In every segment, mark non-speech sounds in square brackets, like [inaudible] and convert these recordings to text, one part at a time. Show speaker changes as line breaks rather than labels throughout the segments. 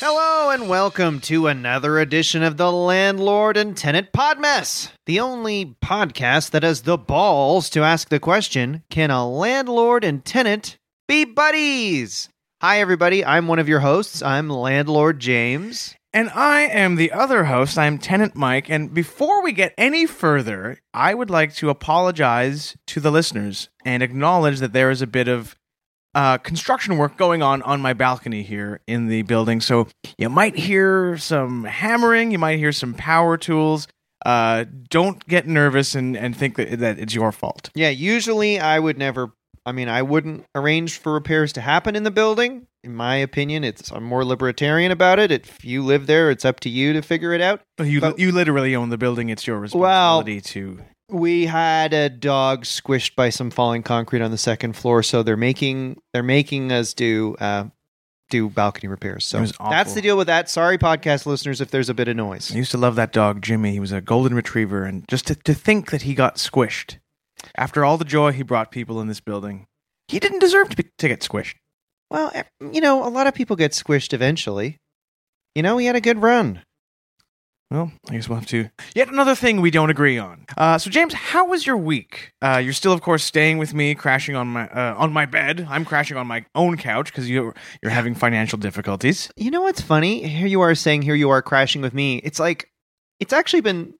and welcome to another edition of the Landlord and Tenant Podmess, the only podcast that has the balls to ask the question Can a landlord and tenant be buddies? Hi, everybody. I'm one of your hosts. I'm Landlord James.
And I am the other host. I'm Tenant Mike. And before we get any further, I would like to apologize to the listeners and acknowledge that there is a bit of uh, construction work going on on my balcony here in the building. So you might hear some hammering, you might hear some power tools. Uh, don't get nervous and, and think that, that it's your fault.
Yeah, usually I would never. I mean, I wouldn't arrange for repairs to happen in the building. In my opinion, it's I'm more libertarian about it. If you live there, it's up to you to figure it out.
You,
But-
you literally own the building, it's your responsibility to.
We had a dog squished by some falling concrete on the second floor, so they're making they're making us do uh, do balcony repairs.
It
So
was awful.
that's the deal with that. Sorry, podcast listeners, if there's a bit of noise.
I used to love that dog, Jimmy. He was a golden retriever, and just to, to think that he got squished after all the joy he brought people in this building, he didn't deserve to, be, to get squished.
Well, eh, you know, a lot of people get squished eventually. You know, he had a good run.
Well, I guess we'll have to. Yet another thing we don't agree on. Uh, so, James, how was your week? Uh, you're still, of course, staying with me, crashing on my uh, on my bed. I'm crashing on my own couch because you're you're having financial difficulties.
You know what's funny? Here you are saying, here you are crashing with me. It's like, it's actually been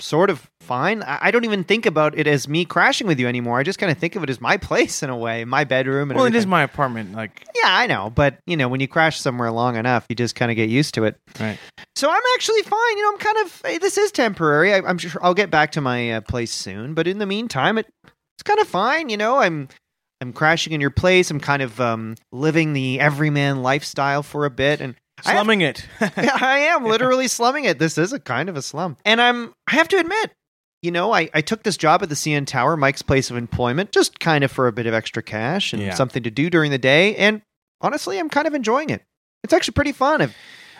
sort of fine. I, I don't even think about it as me crashing with you anymore. I just kind of think of it as my [laughs] place in a way, my bedroom. And
Well, it is
everything.
my apartment. Like,
Yeah, I know. But, you know, when you crash somewhere long enough, you just kind of get used to it.
Right.
So I'm actually fine. You know, I'm kind of, eh, this is temporary. I, I'm sure I'll get back to my uh, place soon. But in the meantime, it, it's kind of fine. You know, I'm. I'm crashing in your place. I'm kind of um, living the everyman lifestyle for a bit, and I have- [laughs]
slumming it.
yeah, I am literally slumming it. This is a kind of a slum. And I'm I have to admit, you know, I, I took this job at the CN Tower, Mike's place of employment, just kind of for a bit of extra cash and
Yeah.
something to do during the day. And honestly, I'm kind of enjoying it. It's actually pretty fun. I've,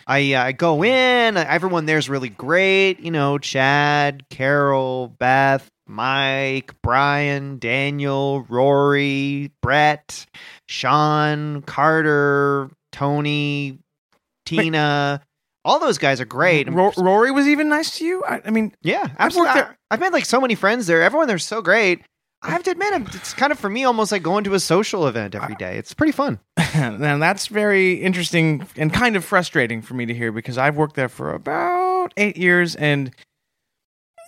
I uh, I go in. uh, Everyone there's really great. You know, Chad, Carol, Beth, Mike, Brian, Daniel, Rory, Brett, Sean, Carter, Tony, Tina. All those guys are great.
Ro- Rory was even nice to you. I, I mean,
yeah,
I've worked
absolutely.
there-
I've made like so many friends there. Everyone there's so great. I have to admit, I'm- it's kind of for me almost like going to a social event every day. It's pretty fun.
[laughs] now that's very interesting and kind of frustrating for me to hear because I've worked there for about eight years and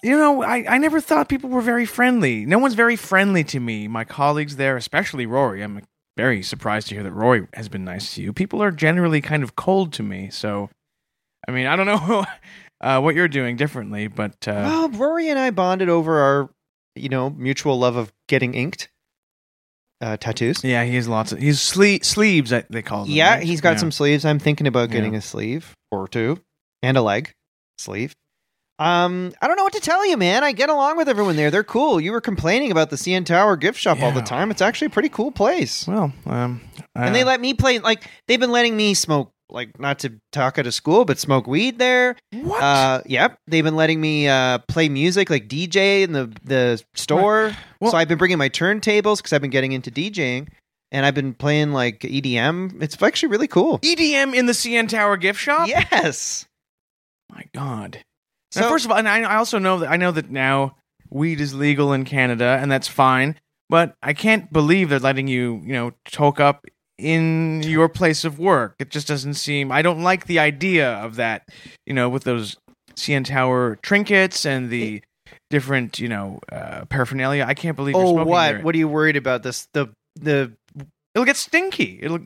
you know I, I never thought people were very friendly no one's very friendly to me my colleagues there especially rory i'm very surprised to hear that rory has been nice to you people are generally kind of cold to me so i mean i don't know [laughs] uh, what you're doing differently but
[gasps]
uh,
Well, Rory and I bonded over our, you know, mutual love of getting inked uh, tattoos.
yeah he has lots of he's sle- sleeves I, they call them
Yeah,
right?
he's got
Yeah.
some sleeves. I'm thinking about
Yeah.
getting a sleeve or two and a leg sleeve. Um, I don't know what to tell you, man. I get along with everyone there. They're cool. You were complaining about the CN Tower gift shop all the
Yeah.
time. It's actually a pretty cool place.
well um
and
uh,
they let me play like they've been letting me smoke like not to talk out of school, but smoke weed there.
what
Uh, yep, they've been letting me uh, play music like DJ in the the store.
Well-
so I've been bringing my turntables because I've been getting into DJing, and I've been playing like EDM. It's actually really cool.
EDM E in the CN Tower gift shop?
Yes.
My God.
So
now, first of all, and I, I also know that I know that now weed is legal in Canada, and that's fine. But I can't believe they're letting you, you know, toke up in your place of work. It just doesn't seem. I don't like the idea of that. You know, with those CN Tower trinkets and the different, you know, uh, paraphernalia. I can't believe. you're
oh,
smoking
what?
there.
What are you worried about? This the the
It'll get stinky. It'll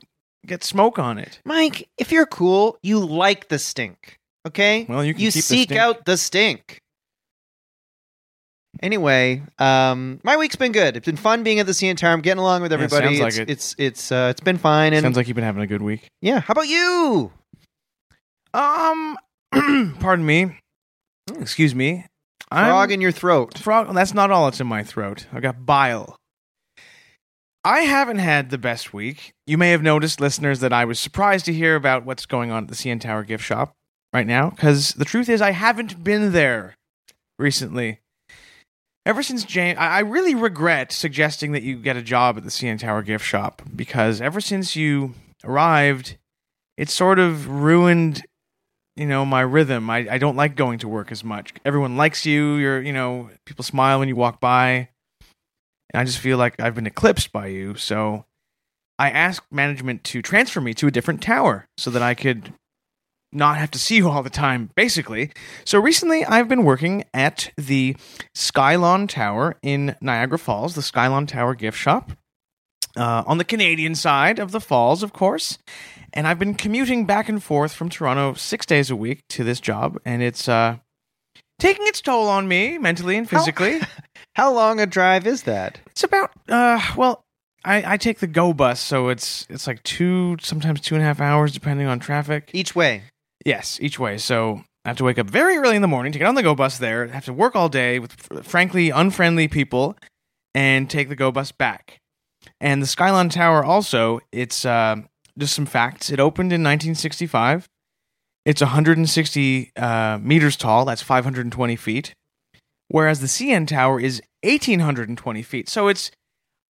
get smoke on it.
Mike. If you're cool, you like the stink. Okay.
Well, you can
you
keep the
seek
stink.
out the stink. Anyway, um, my week's been good. It's been fun being at the CN Tower. I'm getting along with
Yeah,
everybody.
sounds like
it's,
it.
it's it's uh, it's been fine. And
Sounds like you've been having a good week.
yeah, how about you?
Um, [clears throat] pardon me. Excuse me.
Frog in your throat.
frog. That's not all. It's in my throat. I got bile. I haven't had the best week. You may have noticed, listeners, that I was surprised to hear about what's going on at the CN Tower gift shop right now, because the truth is, I haven't been there recently. Ever since James, I I really regret suggesting that you get a job at the CN Tower gift shop because ever since you arrived, it sort of ruined you know my rhythm. I, I don't like going to work as much. Everyone likes you. You're you know people smile when you walk by, and I just feel like I've been eclipsed by you. So I asked management to transfer me to a different tower so that I could not have to see you all the time. Basically, so recently I've been working at the Skylon Tower in Niagara Falls, the Skylon Tower gift shop. Uh, on the Canadian side of the falls, of course, and I've been commuting back and forth from Toronto six days a week to this job, and it's uh, taking its toll on me mentally and
How-
physically.
How long a drive is that?
it's about uh, well, I, I take the go bus, so it's it's like two, sometimes two and a half hours, depending on traffic.
Each way.
Yes, each way. So I have to wake up very early in the morning to get on the go bus there. Have to work all day with fr- frankly unfriendly people, and take the go bus back. And the Skyline Tower also. It's um just some facts. It opened in 1965. It's 160 uh, meters tall. That's 520 feet. Whereas the CN Tower is 1820 feet. So it's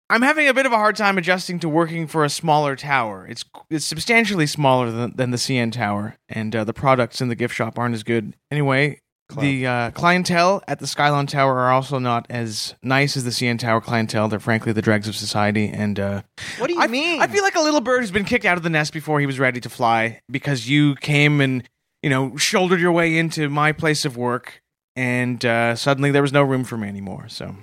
I'm having a bit of a hard time adjusting to working for a smaller tower. It's it's substantially smaller than, than the CN Tower, and uh, the products in the gift shop aren't as good. Anyway, the uh, clientele at the Skylon Tower are also not as nice as the CN Tower clientele. They're frankly the dregs of society, and uh,
What do you
I
mean?
I feel like a little bird who's been kicked out of the nest before he was ready to fly because you came and you know shouldered your way into my place of work, and uh, suddenly there was no room for me anymore. So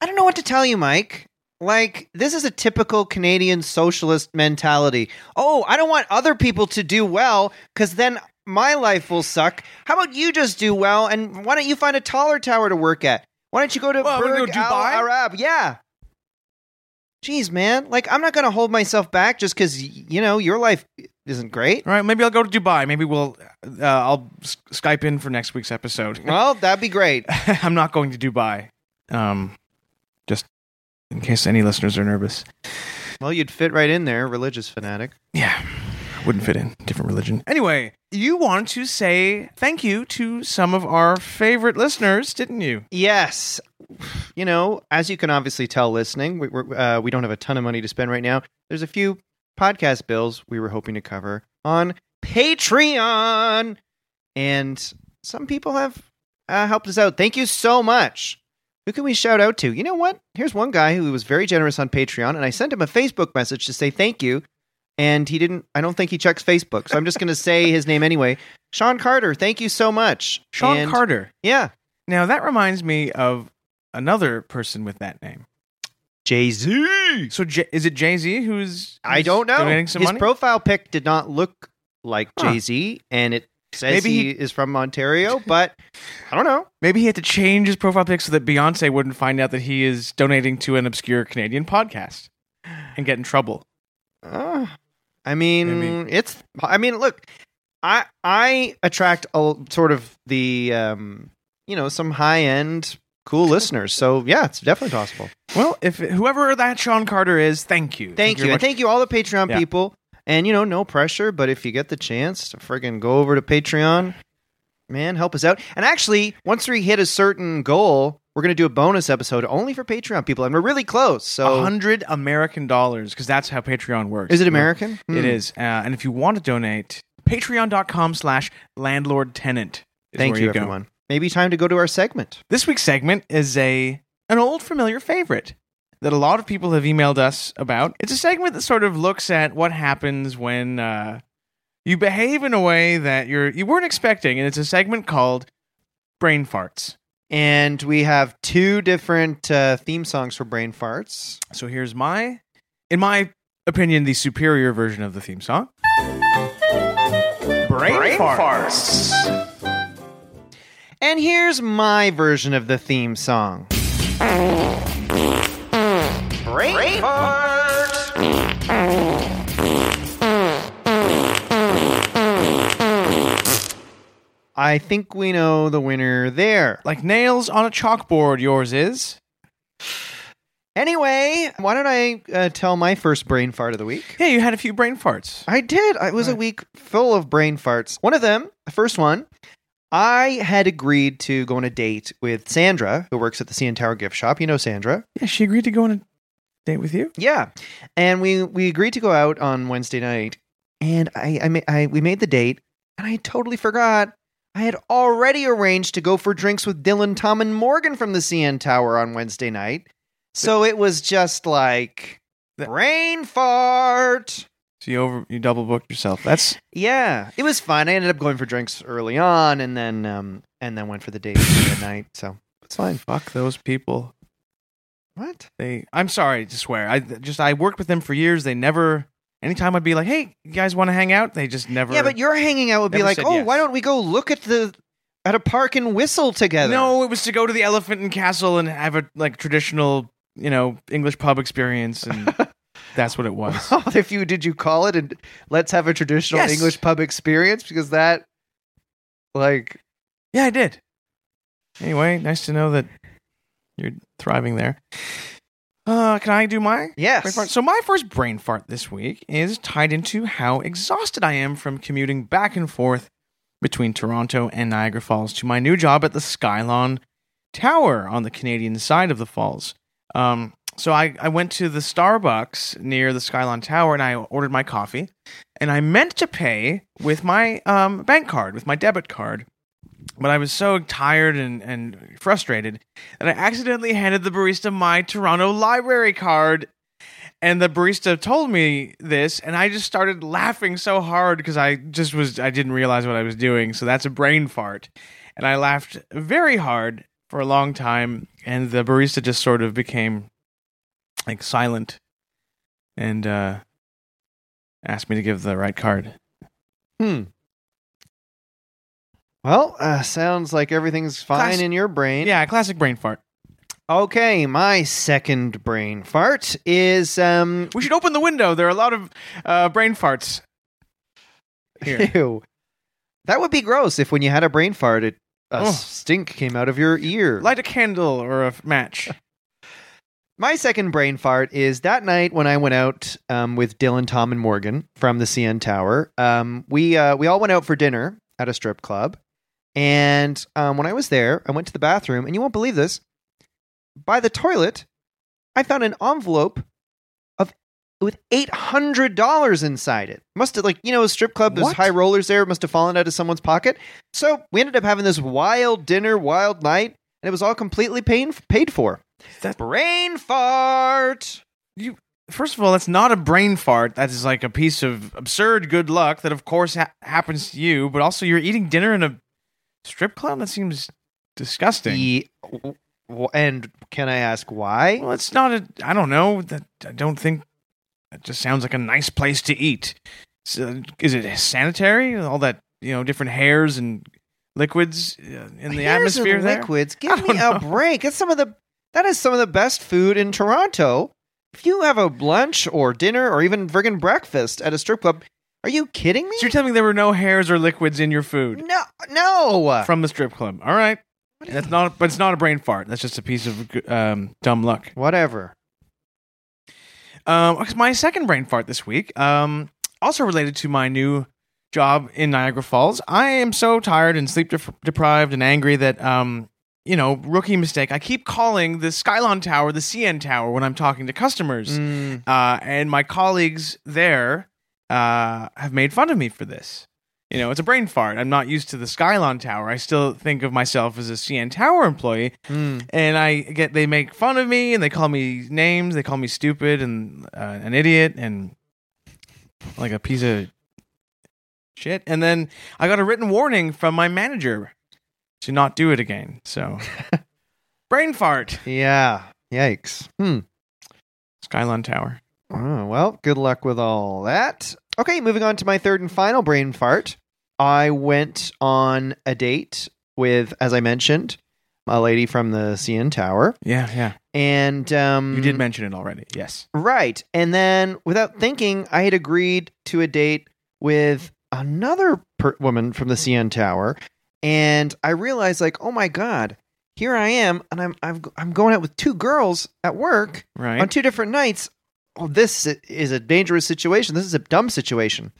I don't know what to tell you, Mike. Like, this is a typical Canadian socialist mentality. Oh, I don't want other people to do well because then my life will suck. How about you just do well and why don't you find a taller tower to work at? Why don't you go to
Well, we
Burj
go to
Al
Dubai?
Arab? Yeah. Jeez, man. Like, I'm not going to hold myself back just because, you know, your life isn't great.
[laughs] All right, maybe I'll go to Dubai. Maybe we'll uh, I'll s- Skype in for next week's episode.
Well, that'd be great.
[laughs] I'm not going to Dubai. Um just in case any listeners are nervous.
Well, you'd fit right in there, religious fanatic.
Yeah. Wouldn't fit in different religion. Anyway, you wanted to say thank you to some of our favorite listeners, didn't you?
Yes. You know, as you can obviously tell listening, we, we're, uh, we don't have a ton of money to spend right now. There's a few podcast bills we were hoping to cover on Patreon. And some people have uh, helped us out. Thank you so much. Who can we shout out to? You know what? Here's one guy who was very generous on Patreon, and I sent him a Facebook message to say thank you. And he didn't, I don't think he checks Facebook. So I'm just going to say his name anyway. Sean Carter, thank you so much.
Sean
And-
Carter.
Yeah.
Now that reminds me of another person with that name.
Jay Z.
So J- is it Jay-Z who's,
I
who's
don't know.
donating some
His
money?
profile pic did not look like
Huh.
Jay Z, and it says
Maybe
he,
he-
is from
[laughs]
Ontario, but I don't know.
Maybe he had to change his profile pic so that Beyonce wouldn't find out that he is donating to an obscure Canadian podcast and get in trouble.
Uh, I mean,
Ah. Maybe.
it's. I mean, look, I I attract a sort of the um, you know some high end
[laughs]
cool listeners, so yeah, it's definitely possible.
Well, if whoever that Sean Carter is, thank you.
Thank you,
very
and
much.
thank you all the Patreon
Yeah.
people. And you know, no pressure, but if you get the chance to friggin' go over to Patreon, man, help us out. And actually, once we hit a certain goal, we're gonna do a bonus episode only for Patreon people, and we're really close.
A
So,
hundred American dollars because that's how Patreon works.
is it American? Hmm.
It is. Uh, and if you want to donate, Patreon.com/slash landlord tenant.
Thank you,
go.
everyone. Maybe time to go to our segment.
This week's segment is a an old familiar favorite that a lot of people have emailed us about. It's a segment that sort of looks at what happens when uh, you behave in a way that you're you weren't expecting, and it's a segment called brain farts.
And we have two different uh, theme songs for brain farts.
So here's my, in my opinion, the superior version of the theme song. Brain, farts.
And here's my version of the theme song. Brain fart. I think we know the winner there.
Like nails on a chalkboard, yours is.
Anyway, why don't I uh, tell my first brain fart of the week?
Yeah, you had a few brain farts.
I did. It was a week full of brain farts. One of them, the first one, I had agreed to go on a date with Sandra, who works at the CN Tower gift shop. You know Sandra.
Yeah, she agreed to go on a date with you.
Yeah, and we we agreed to go out on Wednesday night, and I I, ma- I we made the date, and I totally forgot. I had already arranged to go for drinks with Dylan, Tom, and Morgan from the CN Tower on Wednesday night. So it was just like
That-
brain fart.
So you over you double booked yourself. That's
Yeah, it was fine. I ended up going for drinks early on, and then um, and then went for the date at
[laughs]
night. So it's fine.
fuck those people.
What?
They I'm sorry to swear. I just I worked with them for years. They never anytime I'd be like, "Hey, you guys want to hang out?" They just never
Yeah, but your hanging out would be
Never
like,
said
oh,
yes.
why don't we go look at the at a park and whistle together?
No, it was to go to the Elephant and Castle and have a like traditional, you know, English pub
[laughs]
experience and that's what it was.
if you did you call it and let's have a traditional
Yes.
English pub experience because that like
Yeah, I did. Anyway, nice to know that you're thriving there. Uh, can I do my brain fart?
yes.
So my first brain fart this week is tied into how exhausted I am from commuting back and forth between Toronto and Niagara Falls to my new job at the Skylon Tower on the Canadian side of the falls. Um, so I, I went to the Starbucks near the Skylon Tower and I ordered my coffee. And I meant to pay with my um, bank card, with my debit card. But I was so tired and, and frustrated that I accidentally handed the barista my Toronto library card. And the barista told me this, and I just started laughing so hard because I just was, I didn't realize what I was doing. So that's a brain fart. And I laughed very hard for a long time, and the barista just sort of became like silent and uh, asked me to give the right card.
Hmm. Well, uh, sounds like everything's fine
Class-
in your brain.
Yeah, classic brain fart.
Okay, my second brain fart is um
We should open the window. There are a lot of uh, brain farts
[laughs]
here.
ew. That would be gross if when you had a brain fart it a
Ugh.
stink came out of your ear.
Light a candle or a f- match.
My second brain fart is that night when I went out um, with Dylan, Tom, and Morgan from the CN Tower. Um, we uh, we all went out for dinner at a strip club, and um, when I was there, I went to the bathroom, and you won't believe this. By the toilet, I found an envelope of with eight hundred dollars inside it. Must have like you know a strip club. There's
What?
high rollers there. It must have fallen out of someone's pocket. So we ended up having this wild dinner, wild night, and it was all completely pain, paid for.
That-
Brain fart.
First of all, that's not a brain fart. That is like a piece of absurd good luck that, of course, ha- happens to you. But also, you're eating dinner in a strip club. That seems disgusting.
E- w- w- and can I ask why?
Well, it's not a. I don't know. That I don't think. That just sounds like a nice place to eat. So, is it sanitary? All that you know, different hairs and liquids uh, in the
Here's
atmosphere there.
liquids.
I
Give
don't
me
know.
a break. That's some of the that is some of the best food in Toronto. If you have a lunch or dinner or even friggin' breakfast at a strip club, are you kidding me?
So you're telling me there were no hairs or liquids in your food
No, no.
from the strip club? All right,
What is-
that's not. But it's not a brain fart. That's just a piece of um, dumb luck.
Whatever.
Um, my second brain fart this week, um, also related to my new job in Niagara Falls. I am so tired and sleep def- deprived and angry that, um, you know, rookie mistake. I keep calling the Skylon Tower the CN Tower when I'm talking to customers
Mm.
uh, and my colleagues there uh, have made fun of me for this. You know, it's a brain fart. I'm not used to the Skylon Tower. I still think of myself as a CN Tower employee,
Mm.
and I get they make fun of me and they call me names. They call me stupid and uh, an idiot and like a piece of shit. And then I got a written warning from my manager to not do it again. So, brain fart,
Yeah. Yikes. Hmm.
Skylon Tower.
Oh, well, good luck with all that. Okay, moving on to my third and final brain fart. I went on a date with, as I mentioned, a lady from the CN Tower,
Yeah, yeah.
and um,
You did mention it already. Yes.
right. And then, without thinking, I had agreed to a date with another per- woman from the CN Tower, and I realized, like, oh my god, here I am, and I'm I'm I'm going out with two girls at work
Right.
on two different nights. Oh, this i- is a dangerous situation. This is a dumb situation.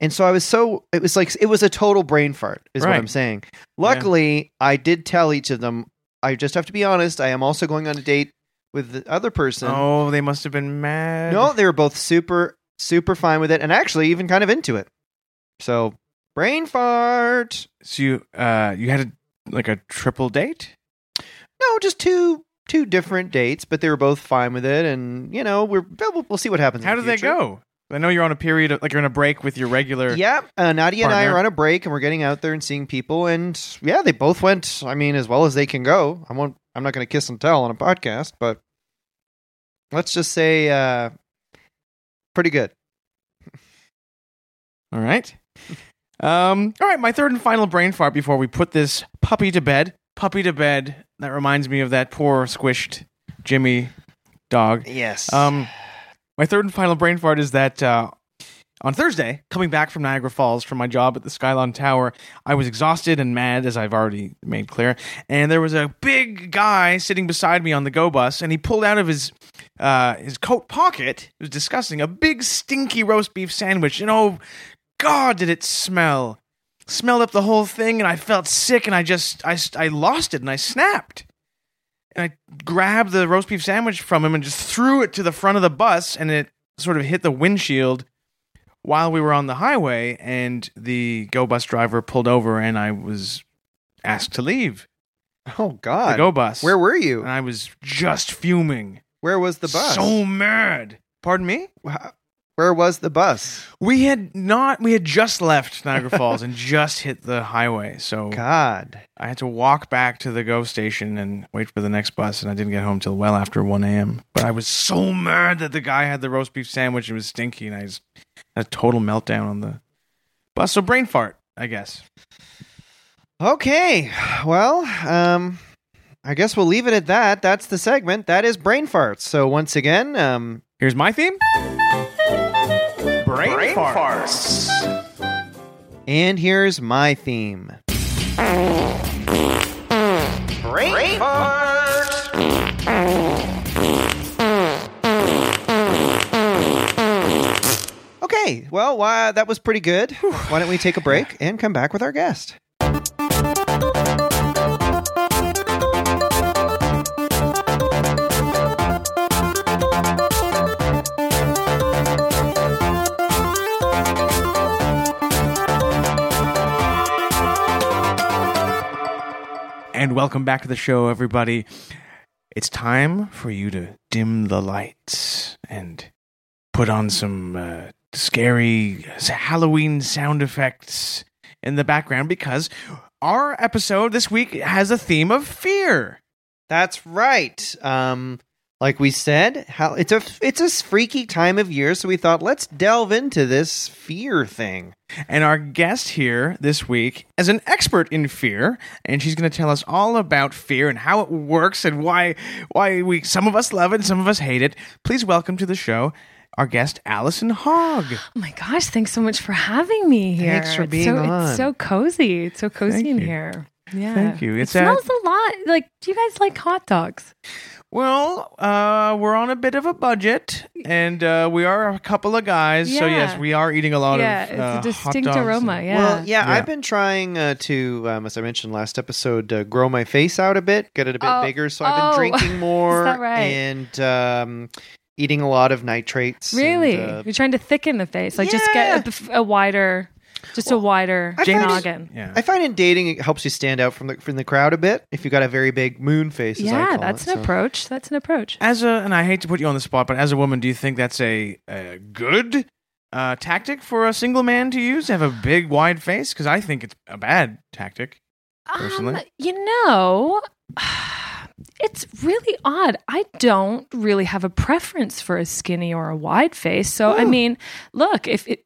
And so I was so it was like it was a total brain fart, is what
Right.
I'm saying. Luckily, I did tell each of them. I just have to be honest. I am also going on a date with the other person.
Oh, they must have been mad.
No, they were both super super fine with it, and actually even kind of into it. So Brain fart.
So you uh you had a like a triple date?
No, just two two different dates, but they were both fine with it, and you know we're we'll, we'll see what happens. in
How
the
did they
future.
go? I know you're on a period of like you're in a break with your regular
Yep. Uh, Nadia and I
Partner.
are on a break, and we're getting out there and seeing people, and yeah, they both went. I mean, as well as they can go. I won't. I'm not going to kiss and tell on a podcast, but let's just say uh, pretty good.
All right. Um, all right, my third and final brain fart before we put this puppy to bed. Puppy to bed. That reminds me of that poor squished Jimmy dog.
Yes.
Um, my third and final brain fart is that uh, on Thursday, coming back from Niagara Falls from my job at the Skylon Tower, I was exhausted and mad, as I've already made clear. And there was a big guy sitting beside me on the go bus, and he pulled out of his uh, his coat pocket. It was disgusting. A big stinky roast beef sandwich, and oh God, did it smell! Smelled up the whole thing, and I felt sick, and I just I I lost it, and I snapped and I grabbed the roast beef sandwich from him and just threw it to the front of the bus, and it sort of hit the windshield while we were on the highway. And the go bus driver pulled over, and I was asked to leave
oh
the
God.
go bus.
Where were you?
and I was just fuming,
Where was the bus?
so mad. Pardon me.
Wh- Where was the bus?
We had not. We had just left
[laughs]
Niagara Falls and just hit the highway, so
God.
I had to walk back to the go station and wait for the next bus, and I didn't get home till well after 1 a.m. But I was so mad that the guy had the roast beef sandwich and it was stinky, and I just had a total meltdown on the bus. So brain fart, I guess.
Okay. Well, um I guess we'll leave it at that. That's the segment. That is brain farts. So once again, um
Here's my theme. Brain, fart.
and here's my theme. Brain fart. Okay. Well, why that was pretty good. Why don't we take a break and come back with our guest?
And welcome back to the show, everybody. It's time for you to dim the lights and put on some uh, scary Halloween sound effects in the background because our episode this week has a theme of fear.
That's right. Um, like we said, how it's a it's a freaky time of year, so we thought let's delve into this fear thing.
And our guest here this week is an expert in fear, and she's going to tell us all about fear and how it works and why why we some of us love it and some of us hate it. Please welcome to the show our guest Allison Hogg.
Oh my gosh, thanks so much for having me here.
Thanks for
It's
being
so,
on.
It's so cozy. It's so cozy
Thank
in
you.
here. Yeah.
Thank you.
It
It's a-
smells a lot. Like, do you guys like hot dogs?
Well, uh, we're on a bit of a budget, and uh, we are a couple of guys, so
Yeah.
yes, we are eating a lot
yeah,
of. uh, hot
it's a distinct
dogs
aroma.
and-
yeah.
Well, yeah,
Yeah.
I've been trying uh, to, um, as I mentioned last episode, uh, grow my face out a bit, get it a bit
Oh,
bigger. So I've
oh, [laughs]
been drinking more
that right?
and um, eating a lot of nitrates. and,
Really?
uh,
You're trying to thicken the face. Like, just get
Yeah.
a, bef- a wider, just a wider
I find-
noggin.
Yeah.
I find in dating it helps you stand out from the from the crowd a bit if you got a very big moon face. As I
Yeah,
call
that's
it,
an
so.
approach. That's an approach.
As a, and I hate to put you on the spot, but as a woman, do you think that's a, a good uh, tactic for a single man to use? Have a big, wide face? Because I think it's a bad tactic. personally?
Um, you know, [sighs] it's really odd. I don't really have a preference for a skinny or a wide face. So, I
Hmm.
mean, look, if it,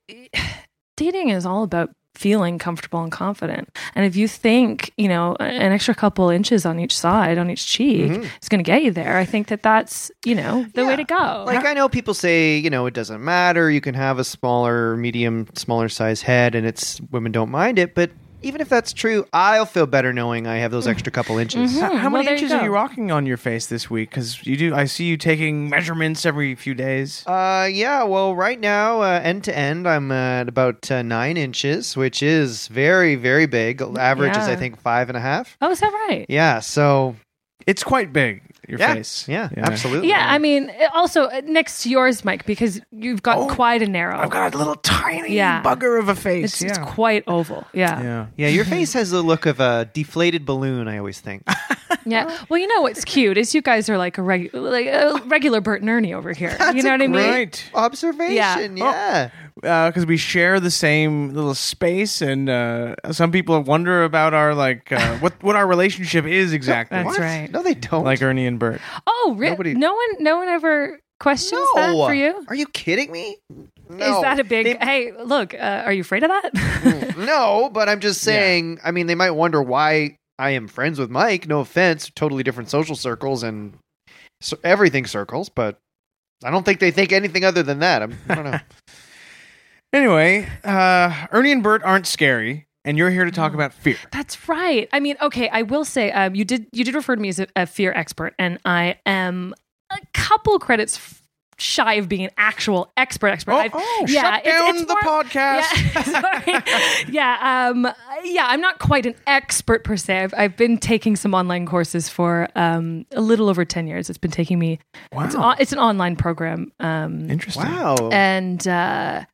[sighs] dating is all about feeling comfortable and confident. And if you think, you know, an extra couple inches on each side, on each cheek
Mhm.
Mm-hmm.
is going to get you there, I think that that's, you know, the way
Yeah.
to go.
Like I know people say, you know, it doesn't matter. You can have a smaller, medium, smaller size head, and it's women don't mind it. But even if that's true, I'll feel better knowing I have those extra couple inches.
Mhm.
How, how
Well,
many
there you
inches are
go.
you rocking on your face this week? Because you do, I see you taking measurements every few days.
Uh, yeah. Well, right now, uh, end to end, I'm at about uh, nine inches, which is very, very big. Average is,
Mm, Yeah.
I think, five and a half.
oh, is that right?
Yeah. So
It's quite big. Your
yeah,
face.
yeah, absolutely.
Yeah, I mean, also uh, next to yours, Mike, because you've got
Oh,
quite a narrow.
I've got a little tiny
Yeah.
bugger of a
it's,
face.
it's
yeah.
quite oval. Yeah.
yeah.
Yeah,
[laughs]
your face has the look of a deflated balloon. I always think.
yeah.
Oh.
Well, you know what's cute is you guys are like a, regu-
[laughs]
like a regular Bert and Ernie over here. you know what I mean?
Right.
Observation. Yeah.
because Uh, we share the same little space, and uh, some people wonder about our like
[laughs]
uh, what what our relationship is exactly.
That's
What?
right.
No, they don't.
Like Ernie and Bert.
Oh, re-
Nobody-
no one, no one ever questions
no.
that for you.
Are you kidding me? No.
Is that a big?
They-
hey, look, uh, are you afraid of
Mm.
[laughs]
that?
no, but I'm just saying. I mean, they might wonder why I am friends with Mike. No offense, totally different social circles and so everything circles, but I don't think they think anything other than that. I'm, I don't
[laughs]
know.
Anyway, uh, Ernie and Bert aren't scary, and you're here to talk about fear.
[laughs] That's right. I mean, okay, I will say um, you did you did refer to me as a, a fear expert, and I am a couple credits f- shy of being an actual expert expert.
Oh,
I've-
oh, shut down the podcast.
Yeah, [laughs] sorry. yeah, um, yeah. I'm not quite an expert per se. I've, I've been taking some online courses for um, a little over ten years. It's been taking me. It's,
Wow.
on, it's an online program. Um,
Interesting.
Wow.
[laughs] and uh,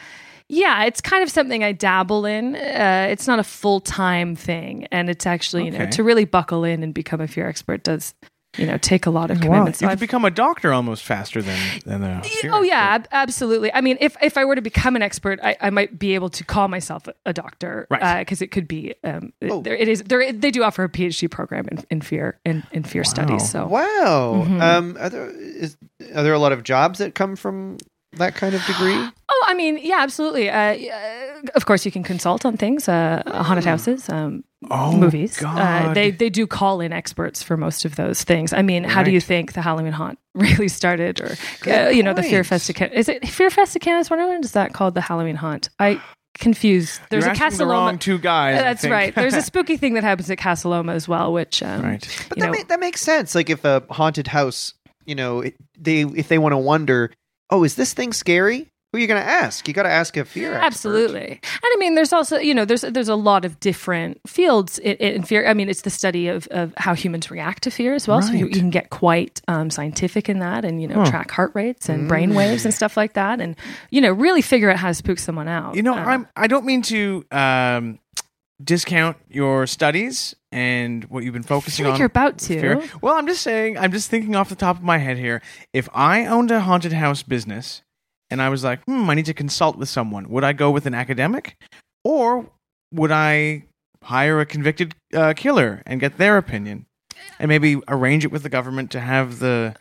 yeah, it's kind of something I dabble in. Uh, it's not a full time thing, and it's actually you know
Okay.
to really buckle in and become a fear expert does you know take a lot of commitment. So
you
I've-
could become a doctor almost faster than than a fear
oh yeah,
expert.
ab- absolutely. I mean, if if I were to become an expert, I, I might be able to call myself a- a doctor,
Right.
Because it could be um,
Oh.
there. It is there. They do offer a PhD program in, in fear in, in fear studies. So
wow.
Mm-hmm.
Um, are there is are there a lot of jobs that come from that kind of
[gasps]
degree?
Oh, I mean, yeah, absolutely. Uh, yeah, of course, you can consult on things, uh, haunted houses, um,
Oh,
movies. Uh,
God.
they they do call in experts for most of those things. I mean, how do
Right.
you think the Halloween haunt [laughs] really started, or uh, you know, the Fear
point.
Fest? of Can- Is it Fear Fest of Canada's Wonderland? Is that called the Halloween haunt? I confused. There's
You're
a
asking the wrong
Casaloma.
two guys. I
That's
think. [laughs]
right. There's a spooky thing that happens at Casaloma as well, which um,
right.
But
you
that,
know,
ma- that makes sense. Like if a haunted house, you know, it, they if they want to wonder, oh, is this thing scary? Who are you going to ask? You got to ask a fear. expert.
Absolutely, and I mean, there's also you know, there's there's a lot of different fields in, in fear. I mean, it's the study of, of how humans react to fear as well. So you,
Right.
you can get quite um, scientific in that, and you know, track heart rates and brain waves
Mm.
and stuff like that, and you know, really figure out how to spook someone out.
You know,
Uh,
I'm. I don't mean to um, discount your studies and what you've been focusing
I feel like
on.
you're about to.
Fair. Well, I'm just saying. I'm just thinking off the top of my head here. If I owned a haunted house business, and I was like, hmm, I need to consult with someone. Would I go with an academic, or would I hire a convicted uh, killer and get their opinion, and maybe arrange it with the government to have the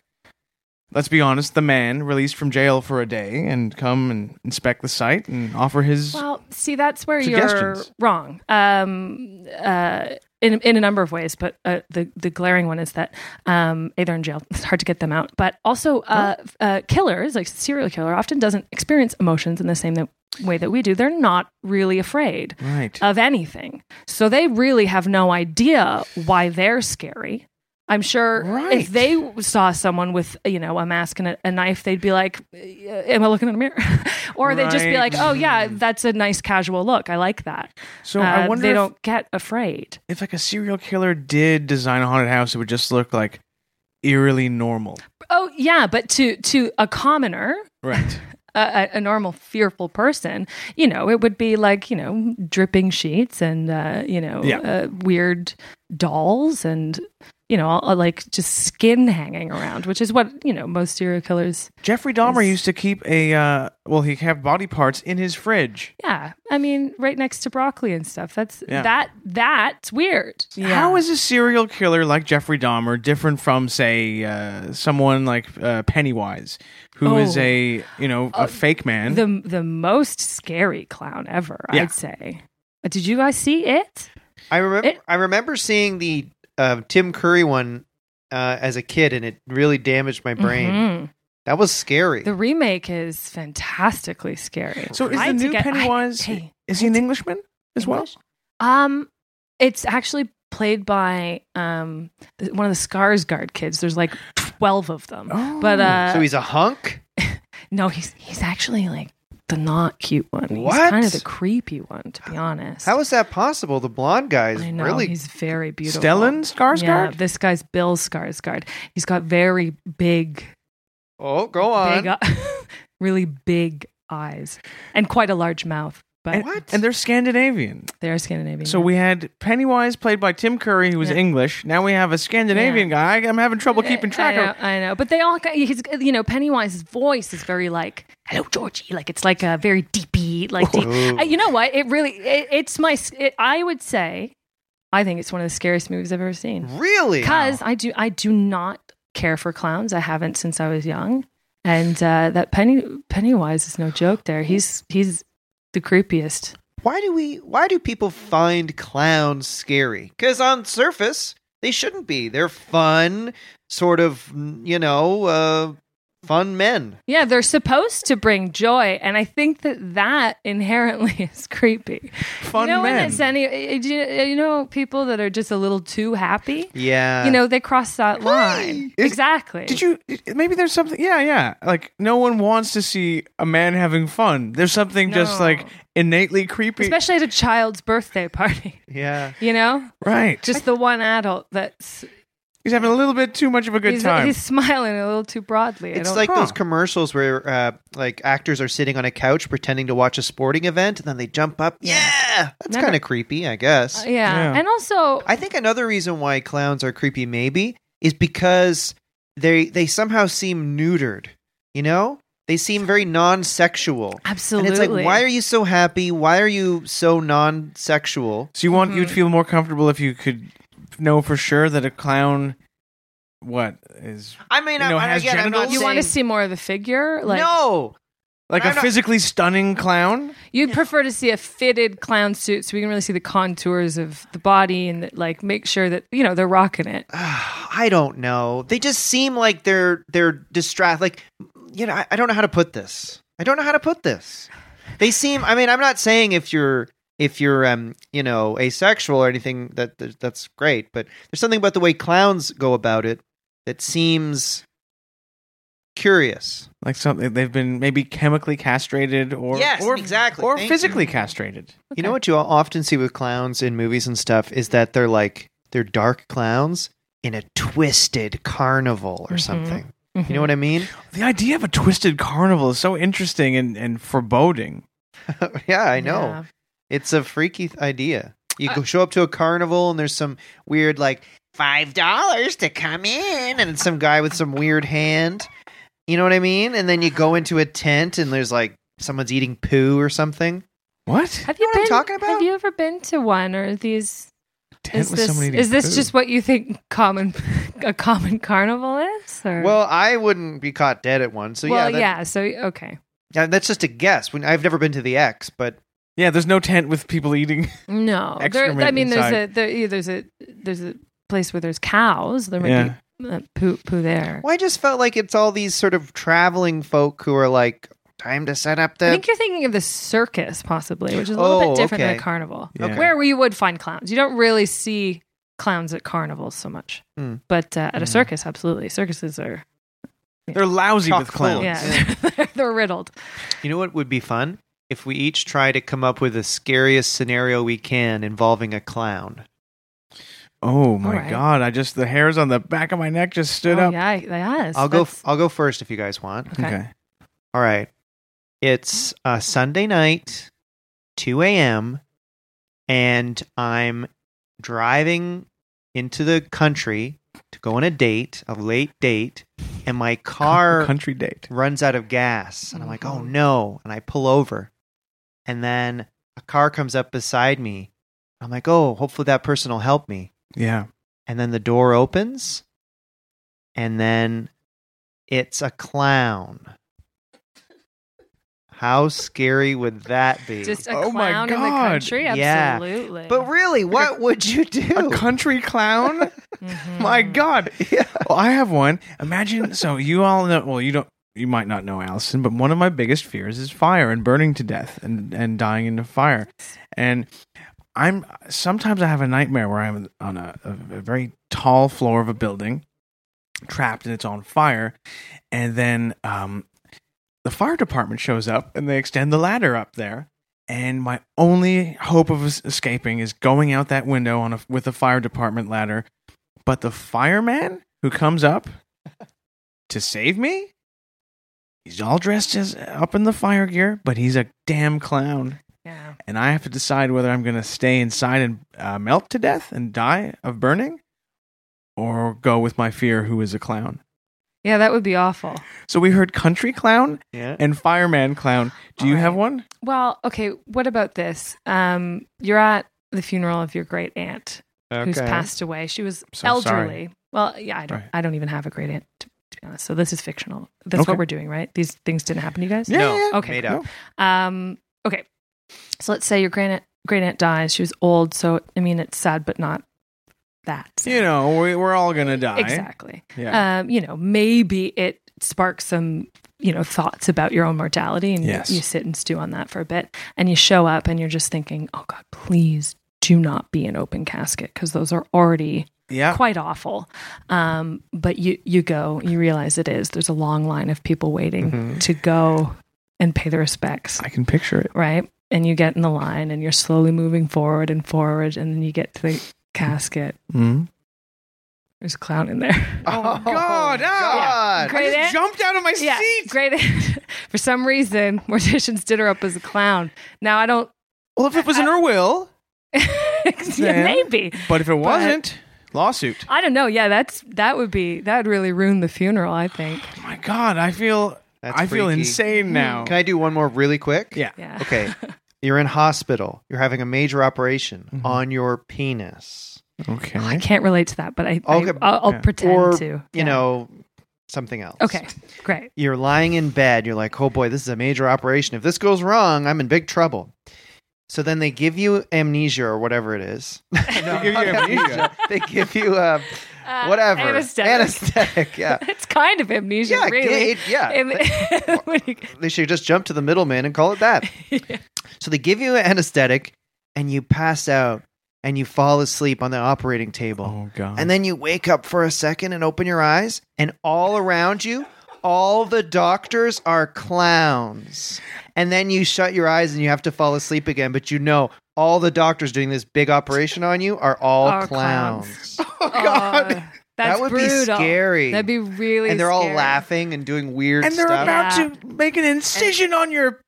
let's be honest, the man released from jail for a day and come and inspect the site and offer his.
Well, see, that's where you're
Suggestions.
wrong. Um, uh, in in a number of ways, but uh, the the glaring one is that um, either in jail, it's hard to get them out, but also uh, f- uh, killers, like serial killer, often doesn't experience emotions in the same that, way that we do. They're not really afraid
right.
of anything, so they really have no idea why they're scary. I'm sure
Right.
if they saw someone with you know a mask and a, a knife, they'd be like, "Uh, "Am I looking in a mirror?" [laughs] or they'd just be
Right.
like, "Oh yeah, that's a nice casual look. I like that."
so
Uh,
I wonder
they
if,
don't get afraid.
if like a serial killer did design a haunted house, it would just look like eerily normal.
Oh yeah, but to to a commoner,
Right.
a, a, a normal fearful person, you know, it would be like you know dripping sheets and uh, you know
Yeah.
uh, weird dolls and you know all, uh, like just skin hanging around, which is what you know most serial killers.
[laughs] Jeffrey Dahmer
Yes.
used to keep a uh, well, he kept body parts in his fridge.
Yeah, I mean, right next to broccoli and stuff. That's
Yeah.
that that's weird.
How is a serial killer like Jeffrey Dahmer different from, say, uh, someone like uh, Pennywise, who is
Oh.
a you know a fake man?
the the most scary clown ever?
Yeah.
I'd say. Uh, Did you guys see it?
I remember.
It-
I remember seeing the uh, Tim Curry one uh, as a kid, and it really damaged my brain.
Mhm.
That was scary.
The remake is fantastically scary.
so is the
I had to
new
get- I-
Pennywise?
hey,
is he an Englishman as well?
English? Um, it's actually played by um th- one of the Skarsgård kids. There's like twelve of them,
Oh.
but uh,
so he's a hunk.
no, he's he's actually like the not cute one. He's
What?
kind of the creepy one, to be honest.
How is that possible? The blonde guy is
I know
really
he's very beautiful.
Stellan
Yeah,
Skarsgård?
this guy's Bill Skarsgård. He's got very big,
Oh, go on.
big, eye- [laughs] really big eyes and quite a large mouth. But
And,
What?
and they're Scandinavian.
they're Scandinavian.
So we had Pennywise played by Tim Curry, who was
Yeah.
English. Now we have a Scandinavian guy. I'm having trouble keeping track
I know,
of.
I know, but they all, got- he's, you know, Pennywise's voice is very like, "Hello, Georgie," like it's like a very deepy,
[laughs]
like deep.
Ooh.
Uh, you know what? It really, it, it's my. s- It, I would say, I think it's one of the scariest movies I've ever seen
Really?
because I do, I do not care for clowns. I haven't since I was young, and uh, that Penny Pennywise is no joke. There, he's he's the creepiest.
Why do we? Why do people find clowns scary? Because on surface they shouldn't be. They're fun, sort of, you know, uh, fun men.
Yeah, they're supposed to bring joy, and I think that that inherently [laughs] is creepy.
Fun
you know, when
men.
it's any, eh, do you, eh, you know, people that are just a little too happy.
Yeah.
you know, they cross that line.
Is-
exactly.
Did you? Maybe there's something. Yeah, yeah. Like no one wants to see a man having fun. There's something just
No.
like innately creepy.
Especially at a child's birthday party, [laughs]
Yeah.
you know,
right.
just the one adult that's
he's having a little bit too much of a good
he's,
time.
he's smiling a little too broadly. I
It's
don't-
like those
huh.
commercials where uh, like actors are sitting on a couch pretending to watch a sporting event, and then they jump up. Yeah, that's
Never-
kind of creepy, I guess.
Uh, yeah.
Yeah.
and also
I think another reason why clowns are creepy maybe is because they they somehow seem neutered, you know? They seem very non-sexual.
absolutely.
And it's like why are you so happy? Why are you so non-sexual?
so you want you'd
Mm-hmm.
feel more comfortable if you could know for sure that a clown, what is
I mean,
You know,
I,
has
again, I'm not
genitals?
you want to
saying-
see more of the figure? Like
No.
like
I'm
a
not-
physically stunning clown?
you'd prefer to see a fitted clown suit so we can really see the contours of the body and that, like make sure that you know they're rocking it.
[sighs] I don't know. They just seem like they're they're distracted. Like you know, I, I don't know how to put this. I don't know how to put this. They seem. I mean, I'm not saying if you're if you're um you know asexual or anything that that- that's great, but there's something about the way clowns go about it that seems curious.
Like something they've been maybe chemically castrated or
Yes,
or,
exactly.
or
Thank
physically castrated.
You know
Okay.
what you often see with clowns in movies and stuff is that they're like they're dark clowns in a twisted carnival or
Mhm.
something. You know what I mean?
The idea of a twisted carnival is so interesting and, and foreboding.
[laughs] yeah,
[laughs]
I know.
Yeah.
It's a freaky th- idea. You go show up to a carnival and there's some weird like five dollars to come in, and it's some guy with some weird hand. You know what I mean? And then you go into a tent and there's like someone's eating poo or something.
What?
Have you,
know what
been
I'm talking about?
Have you ever been to one or these
Tent
is
with
this,
someone eating
is this
food.
just what you think common a common carnival is? Or?
Well, I wouldn't be caught dead at one, so
well,
yeah, that-
yeah. So okay,
yeah, That's just a guess. When I've never been to the X, but
Yeah, there's no tent with people eating. [laughs]
no. There,
Excrement
I mean, there's
inside.
a there, yeah, there's a there's a place where there's cows. There might
Yeah.
be uh, poo poo there.
well, I just felt like it's all these sort of traveling folk who are like, time to set up the.
I think you're thinking of the circus, possibly, which is a little
Oh,
bit different
okay.
than a carnival,
Yeah.
where you would find clowns. You don't really see clowns at carnivals so much,
Mm.
but uh, at a
Mm.
circus, absolutely, circuses are
They're lousy
Chock
with
full.
clowns.
yeah, [laughs] they're riddled.
You know what would be fun? If we each try to come up with the scariest scenario we can involving a clown.
Oh my
right.
god! I just the hairs on the back of my neck just stood
oh,
up.
yeah, yes.
I'll go
that's-
I'll go first if you guys want.
Okay.
All right. It's uh, Sunday night, 2 a.m., and I'm driving into the country to go on a date, a late date, and my car
country date.
runs out of gas. And I'm like,
Mm-hmm.
oh no. And I pull over. And then a car comes up beside me. I'm like, oh, hopefully that person will help me.
Yeah.
And then the door opens. And then it's a
[laughs]
clown. How scary would that be?
Just a
Oh my
clown in the
God.
country,
Yeah.
absolutely.
but really, what would you
uh,
[laughs]
A
do? Oh
country clown?
Mhm.
my [laughs] god!
Yeah.
Well, I have one. Imagine. So you all know. Well, you don't. You might not know Allison, but one of my biggest fears is fire and burning to death and and dying in a fire. And I'm sometimes I have a nightmare where I'm on a, a, a very tall floor of a building, trapped and it's on fire, and then um, the fire department shows up and they extend the ladder up there. And my only hope of es- escaping is going out that window on a, with the fire department ladder. But the fireman who comes up to save me, he's all dressed as up in the fire gear, but he's a damn clown.
Yeah.
And I have to decide whether I'm going to stay inside and uh, melt to death and die of burning or go with my fear, who is a clown.
Yeah, that would be awful.
So we heard country clown
Yeah.
and fireman clown. Do you
All right.
have one?
Well, okay, what about this? Um, you're at the funeral of your great aunt who's passed away. She was
So sorry.
elderly. Well, yeah, I don't
Right.
I don't even have a great aunt to, to be honest. So this is fictional. That's
Okay.
what we're doing, right? These things didn't happen to you guys?
Yeah,
no,
yeah, yeah.
Okay.
Made up.
Um, okay. So let's say your great aunt, great aunt dies. She was old, so I mean it's sad but not that. sad.
You know, we, we're all going to die.
Exactly.
Yeah.
Um, you know, maybe it sparks some, you know, thoughts about your own mortality and
Yes.
you sit and stew on that for a bit and you show up and you're just thinking, "Oh god, please do not be an open casket because those are already
yeah.
quite awful." Um, but you you go, you realize it is. There's a long line of people waiting to go and pay their respects
Mm-hmm. I can picture it.
right? And you get in the line and you're slowly moving forward and forward, and then you get to the casket.
Mm.
There's a clown in there. [laughs]
Oh, God.
God.
Great
I just
aunt.
jumped out of my seat.
great. [laughs] For some reason, morticians did her up as a clown. Now I don't. [laughs]
Well, if it was in her will,
yeah, maybe
but if it wasn't, lawsuit.
I don't know. Yeah, that's that would be that would really ruin the funeral. I think.
Oh my God, I feel
That's
I feel
freaky.
insane now.
Can I do one more really quick?
Yeah.
Yeah. [laughs]
Okay. You're in hospital. You're having a major operation
Mm-hmm.
on your penis.
Okay.
Oh, I can't relate to that, but I, I
Okay,
I'll, I'll
yeah.
pretend
or,
to.
you
Yeah.
know, something else.
Okay. Great.
You're lying in bed. You're like, oh boy, this is a major operation. If this goes wrong, I'm in big trouble. So then they give you amnesia or whatever it is.
[laughs] They give you [laughs] amnesia.
[laughs] they give you uh, whatever.
anesthetic.
Anesthetic, Yeah.
[laughs] it's kind of amnesia,
Yeah.
really.
it- yeah.
Am-
[laughs]
[laughs] when you-
they should just jump to the middleman and call it
[laughs]
that. So they give you an anesthetic and you pass out and you fall asleep on the operating table.
Oh God.
And then you wake up for a second and open your eyes, and all around you, all the doctors are clowns. And then you shut your eyes and you have to fall asleep again, but you know all the doctors doing this big operation on you are all
Are
clowns.
clowns.
oh
[laughs]
God.
Uh, that's
that would
brutal.
be scary.
That'd be really
and they're all
scary.
laughing and doing weird
and they're
stuff.
about
Yeah.
to make an incision on your,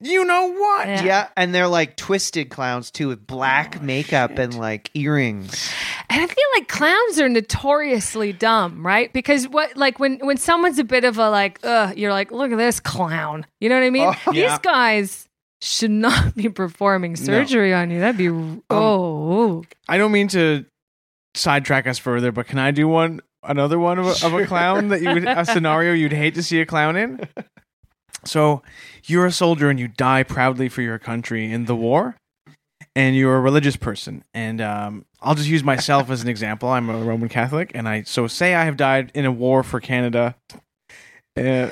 you know what?
Yeah.
yeah. and they're like twisted clowns too with black
Oh,
makeup and like earrings.
And I feel like clowns are notoriously dumb, right? Because what like when when someone's a bit of a like, ugh, you're like, look at this clown. You know what I mean?
Oh,
These
yeah.
guys should not be performing surgery on you. That'd be
Um,
oh.
I don't mean to sidetrack us further, but can I do one another one of a, of a clown that you would, a scenario you'd hate to see a clown in? So, you're a soldier and you die proudly for your country in the war, and you're a religious person. And um, I'll just use myself as an example. I'm a Roman Catholic, and I so say I have died in a war for Canada, uh,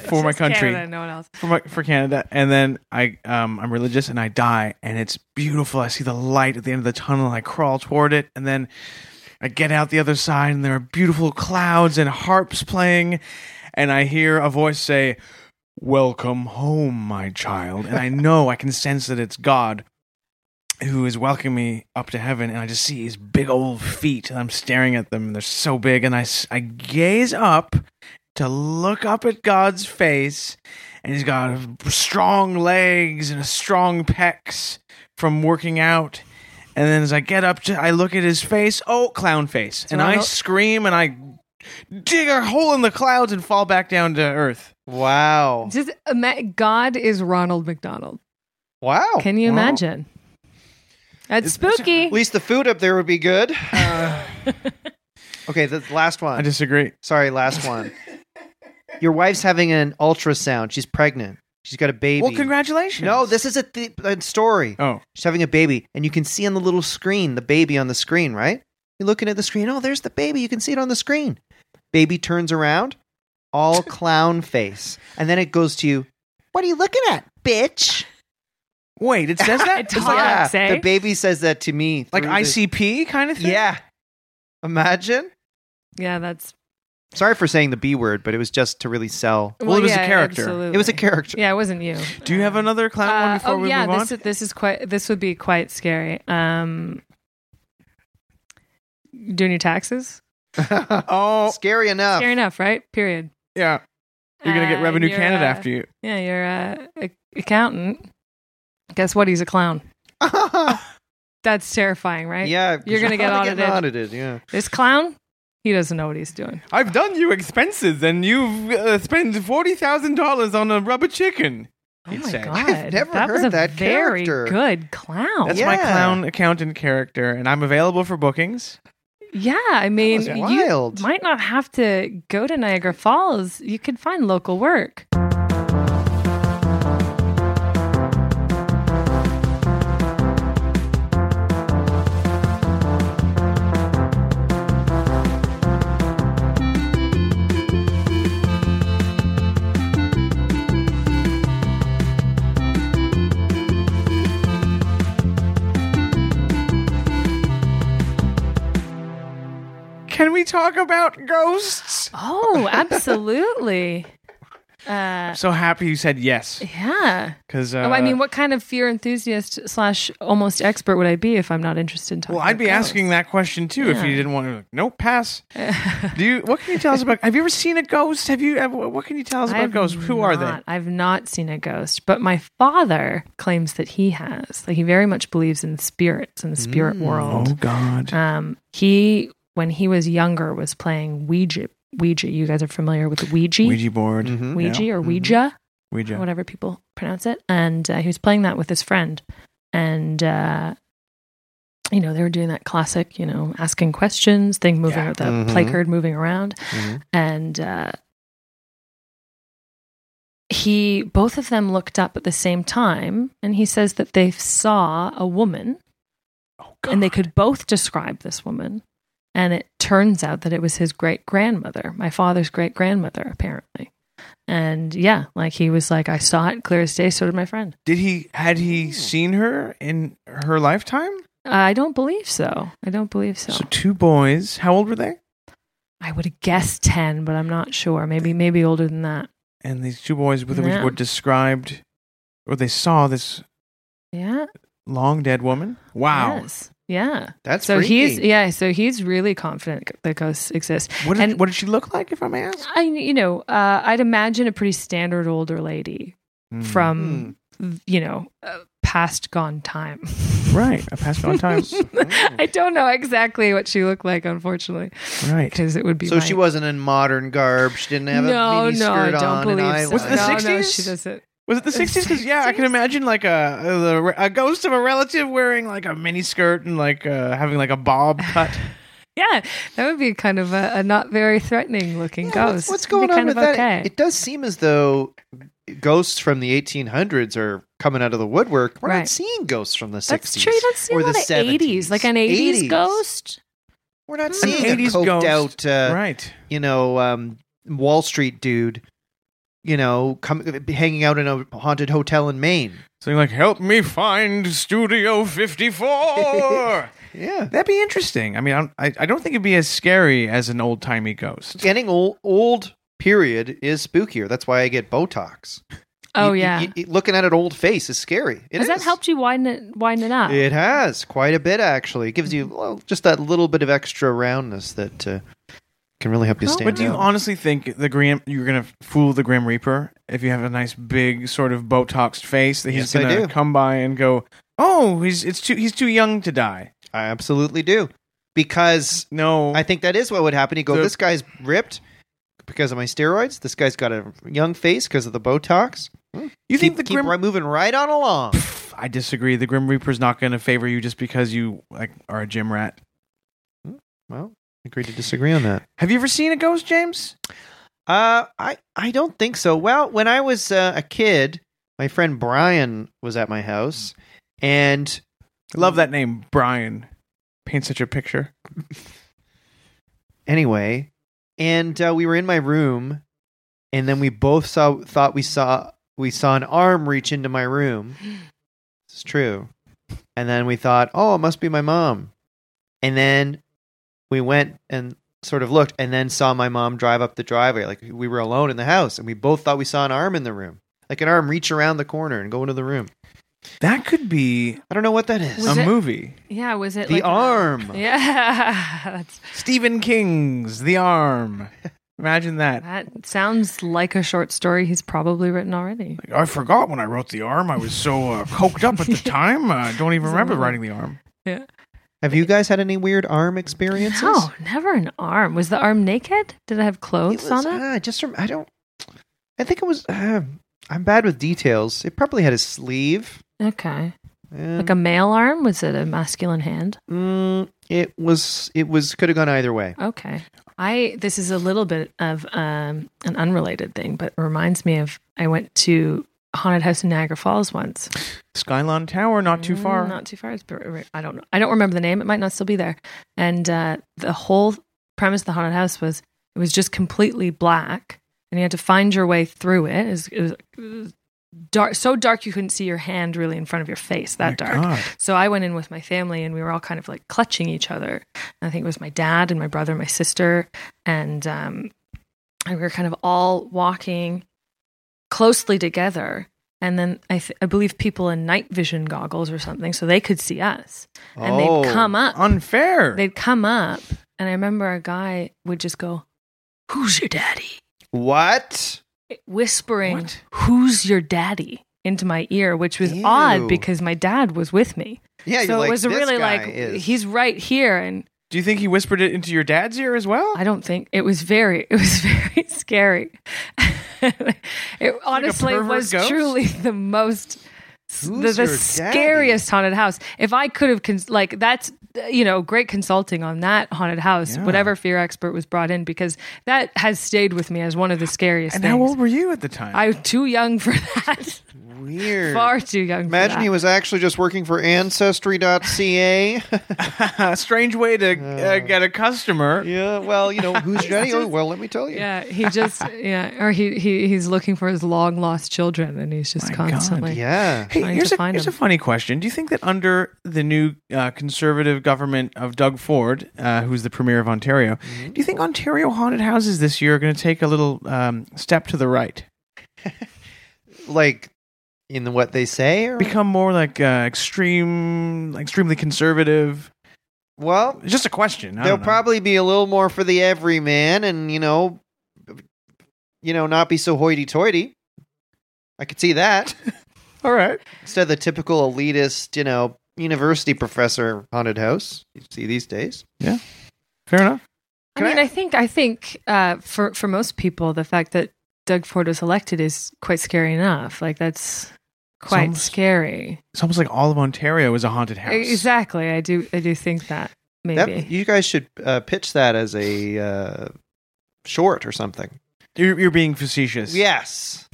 for my
Just
country
Canada, no one else.
for my, for Canada, and then I um I'm religious and I die, and it's beautiful. I see the light at the end of the tunnel, and I crawl toward it, and then I get out the other side, and there are beautiful clouds and harps playing, and I hear a voice say, "Welcome home, my child," and I know I can sense that it's God. Who is welcoming me up to heaven, and I just see his big old feet, and I'm staring at them, and they're so big. And I, s- I gaze up to look up at God's face, and he's got strong legs and a strong pecs from working out. And then as I get up to, I look at his face. Oh, clown face! And I
Ronald-
scream and I dig a hole in the clouds and fall back down to earth.
Wow.
Just ima- God is Ronald McDonald.
Wow.
Can you
wow.
imagine? That's
It's-
spooky.
At least the food up there would be good.
Uh,
[laughs] Okay, the last one.
I disagree.
Sorry, last one. Your wife's having an ultrasound. She's pregnant. She's got a baby.
Well, congratulations.
No, this is a, th- a story.
Oh,
She's having a baby, and you can see on the little screen the baby on the screen, right? You're looking at the screen. Oh, there's the baby. You can see it on the screen. Baby turns around,
[laughs]
all clown face, and then it goes to you. What are you looking at, bitch?
wait, it says
[laughs]
that.
It
It's
talks.
like,
yeah,
Talks, eh?
the baby says that to me.
like
through the-
ICP kind of thing.
Yeah. Imagine.
yeah, that's
Sorry for saying the B word, but it was just to really sell.
Well, it was a character.
It was a character.
Yeah, it wasn't you.
Do you have another clown one
Uh,
before
oh
we
yeah,
move on?
this is, this is quite. This would be quite scary. Um, doing your taxes.
oh
Scary enough.
Fair enough, right? Period.
yeah, you're gonna get
Uh,
Revenue
you're,
Canada
uh,
after you.
Yeah, you're a, a- accountant. Guess what? He's a clown.
[laughs]
That's terrifying, right?
yeah, 'cause
You're gonna get
Get
audited.
audited. Yeah.
This clown, he doesn't know what he's doing.
I've done you expenses, and you've uh, spent forty thousand dollars on a rubber chicken.
Oh
he'd
my
say.
god,
I've never
that was
heard
a
that
very
character.
good clown.
That's
Yeah.
my clown accountant character, and I'm available for bookings.
Yeah, I mean,
was
you
wild.
might not have to go to Niagara Falls. You could find local work.
Can we talk about ghosts? [laughs]
Oh, absolutely. Uh,
I'm so happy you said yes,
yeah.
because uh,
oh, I mean, what kind of fear enthusiast slash almost expert would I be if I'm not interested in talking?
Well, I'd be
about
asking that question too if
Yeah.
you didn't want to. No
[laughs]
pass.
ghosts?
Do you? What can you tell us about? Have you ever seen a ghost? Have you? Have, what can you tell us about
I've
ghosts? Who are they?
not- I've not seen a ghost, but my father claims that he has. Like he very much believes in spirits and the spirit
Mm.
world.
Oh, God.
Um, he, when he was younger, was playing Ouija. Ouija. You guys are familiar with Ouija, Ouija,
Ouija board.
Mm.
Mhm.
Yeah. Mm-hmm.
or
Mhm.
Ouija,
Ouija.
whatever people pronounce it. And uh, he was playing that with his friend, and uh, you know they were doing that classic, you know, asking questions, thing moving,
Yeah.
the
Mhm.
placard moving around,
Mhm.
and uh, he both of them looked up at the same time, and he says that they saw a woman
Oh,
and they
God.
could both describe this woman. And it turns out that it was his great grandmother, my father's great grandmother, apparently. And yeah, like he was like, I saw it clear as day. So did my friend.
Did he? Had he
Mm.
seen her in her lifetime?
I don't believe so. I don't believe so.
So two boys. How old were they?
I would have guessed ten, but I'm not sure. Maybe maybe older than that.
And these two boys with
Yeah.
were described, or they saw this
Yeah.
long dead woman. Wow.
Yes. Yeah.
That's
So
freaky.
he's yeah. So he's really confident that ghosts exist.
What did,
And-
what did she look like? If I may ask.
I you know uh, I'd imagine a pretty standard older lady
Mm.
from
Hmm.
you know uh, past gone time.
Hmm. right. I passed on time.
[laughs] I don't know exactly what she looked like, unfortunately,
right.
because it would be.
So
my-
she wasn't in modern garb. She didn't have a
no,
mini
no, I
skirt
don't
on. and
believe so.
Was it the
no,
eyeliner.
no,
60s?
she doesn't.
Was it the sixties? Because yeah, I can
60s?
imagine like a, a a ghost of a relative wearing like a mini skirt and like uh, having like a
[laughs]
bob cut.
Yeah, that would be kind of a, a not very threatening looking
Yeah,
ghost.
What's
It'd be
going on
kind
with
of
that?
Okay.
It does seem as though ghosts from the 1800s are coming out of the woodwork. We're not
Right.
seeing ghosts from the 60s.
That's true. You don't see
or
a
the
lot of 80s, like an 80s,
80s.
ghost.
We're not
An
seeing a
80s
coked
ghost.
out, uh,
right.
you know, um, Wall Street dude, you know, come, hanging out in a haunted hotel in Maine.
So you're like, help me find Studio
[laughs]
Fifty Four.
Yeah.
That'd be interesting. I mean, I'm- I I don't think it'd be as scary as an old timey ghost.
Getting old, old period is spookier. That's why I get Botox.
Oh
You- you-
yeah.
you- looking at an old face is scary. It
Has that
is.
helped you Mm-hmm. widen it widen it up?
It has quite a bit actually. It gives you well, just that little bit of extra roundness that uh, can really help you
How-
stand
But do you
out.
honestly think the Grim you're gonna fool the Grim Reaper if you have a nice big sort of botoxed face that he's
Yes, I
gonna
do.
come by and go, oh, he's it's too he's too young to die.
I absolutely do because
No,
I think that is what would happen. You go,
The-
this guy's ripped because of my steroids. This guy's got a young face because of the Botox.
you think
keep,
the
keep
Grim
right moving right on along.
I disagree. The Grim Reaper's not going to favor you just because you like are a gym rat.
well, agree to disagree on that.
Have you ever seen a ghost, James?
Uh, I I don't think so. Well, when I was uh, a kid, my friend Brian was at my house, and
Love that name, Brian. Paint such a picture.
anyway and uh, we were in my room and then we both saw thought we saw we saw an arm reach into my
[gasps]
room it's true and then we thought oh it must be my mom and then we went and sort of looked and then saw my mom drive up the driveway. Like we were alone in the house and we both thought we saw an arm in the room. Like an arm reach around the corner and go into the room.
That could be
I don't know what that is.
Was
a
it-
movie.
Yeah, was
Um,
it
the
like a-
arm.
yeah, [laughs] that's,
Stephen King's The Arm. Imagine that.
that sounds like a short story he's probably written already.
I forgot when I wrote The Arm. I was so uh, coked up at
[laughs]
the time. I don't even
It's a
remember
movie.
writing The Arm.
Yeah.
Have you guys had any weird arm experiences?
No, never an arm. Was the arm naked? Did it have
It
clothes
was,
on it?
uh, just rem- I don't. I think it was. Uh, I'm bad with details. It probably had a sleeve.
okay,
and-
like a male arm. Was it a masculine hand?
Mm, it was. It was. Could have gone either way.
Okay. I this is a little bit of um, an unrelated thing, but it reminds me of I went to a haunted house in Niagara Falls once.
Skyline Tower, not too
Mm,
far.
Not too far. It's- I don't know. I don't remember the name. It might not still be there. And uh, the whole premise of the haunted house was it was just completely black, and you had to find your way through it. It was, it was, it was dark, so dark you couldn't see your hand really in front of your face. That
My
dark.
God.
So I went in with my family and we were all kind of like clutching each other. And I think it was my dad and my brother and my sister. And, um, and we were kind of all walking closely together. And then I, th- I believe people in night vision goggles or something, so they could see us. And
oh,
they'd come up.
Unfair.
They'd come up. And I remember a guy would just go, Who's your daddy?
What?
Whispering,
What?
Who's your daddy? into my ear, which was
Ew.
odd because my dad was with me
Yeah.
so
you're like,
it was
this
really
guy
like
is-
he's right here, and
Do you think he whispered it into your dad's ear as well?
I don't think it was very. It was [laughs] very scary. it honestly
pervert
was
ghost?
truly the most.
Who's
the the
your daddy?
scariest haunted house. If I could have, cons- like, that's, uh, you know, great consulting on that haunted house,
Yeah.
whatever fear expert was brought in, because that has stayed with me as one of the scariest
and
things.
how old were you at the time?
I was too young for that.
weird.
Far too young
Imagine
for
he
that.
was actually just working for Ancestry.ca.
[laughs] a strange way to uh, get a customer.
[laughs] yeah. Well, you know
[laughs]
who's your daddy? Oh, well, let me tell you.
Yeah, he just, yeah, or he, he he's looking for his long lost children and he's just
My God,
constantly.
Yeah.
Hey,
Trying
here's,
to
a,
find
here's a
him.
funny question. Do you think that under the new uh, conservative government of Doug Ford, uh, who's the premier of Ontario,
Mm-hmm.
do you think Ontario haunted houses this year are going to take a little um, step to the right,
Like in the what they say. Or,
become more like uh, extreme, extremely conservative?
well,
It's just a question. I
there'll
don't know.
probably be a little more for the everyman and you know you know not be so hoity-toity i could see
[laughs]
that
All right.
instead of the typical elitist you know university professor haunted house you see these days
Fair enough.
I
Can
mean,
I-
I think I think uh, for for most people, the fact that Doug Ford was elected is quite scary enough. Like that's quite
almost-
scary.
It's almost like all of Ontario is a haunted house.
Exactly. I do I do think that
That-
maybe.
you guys should uh, pitch that as a uh, short or something
You're, you're being facetious.
yes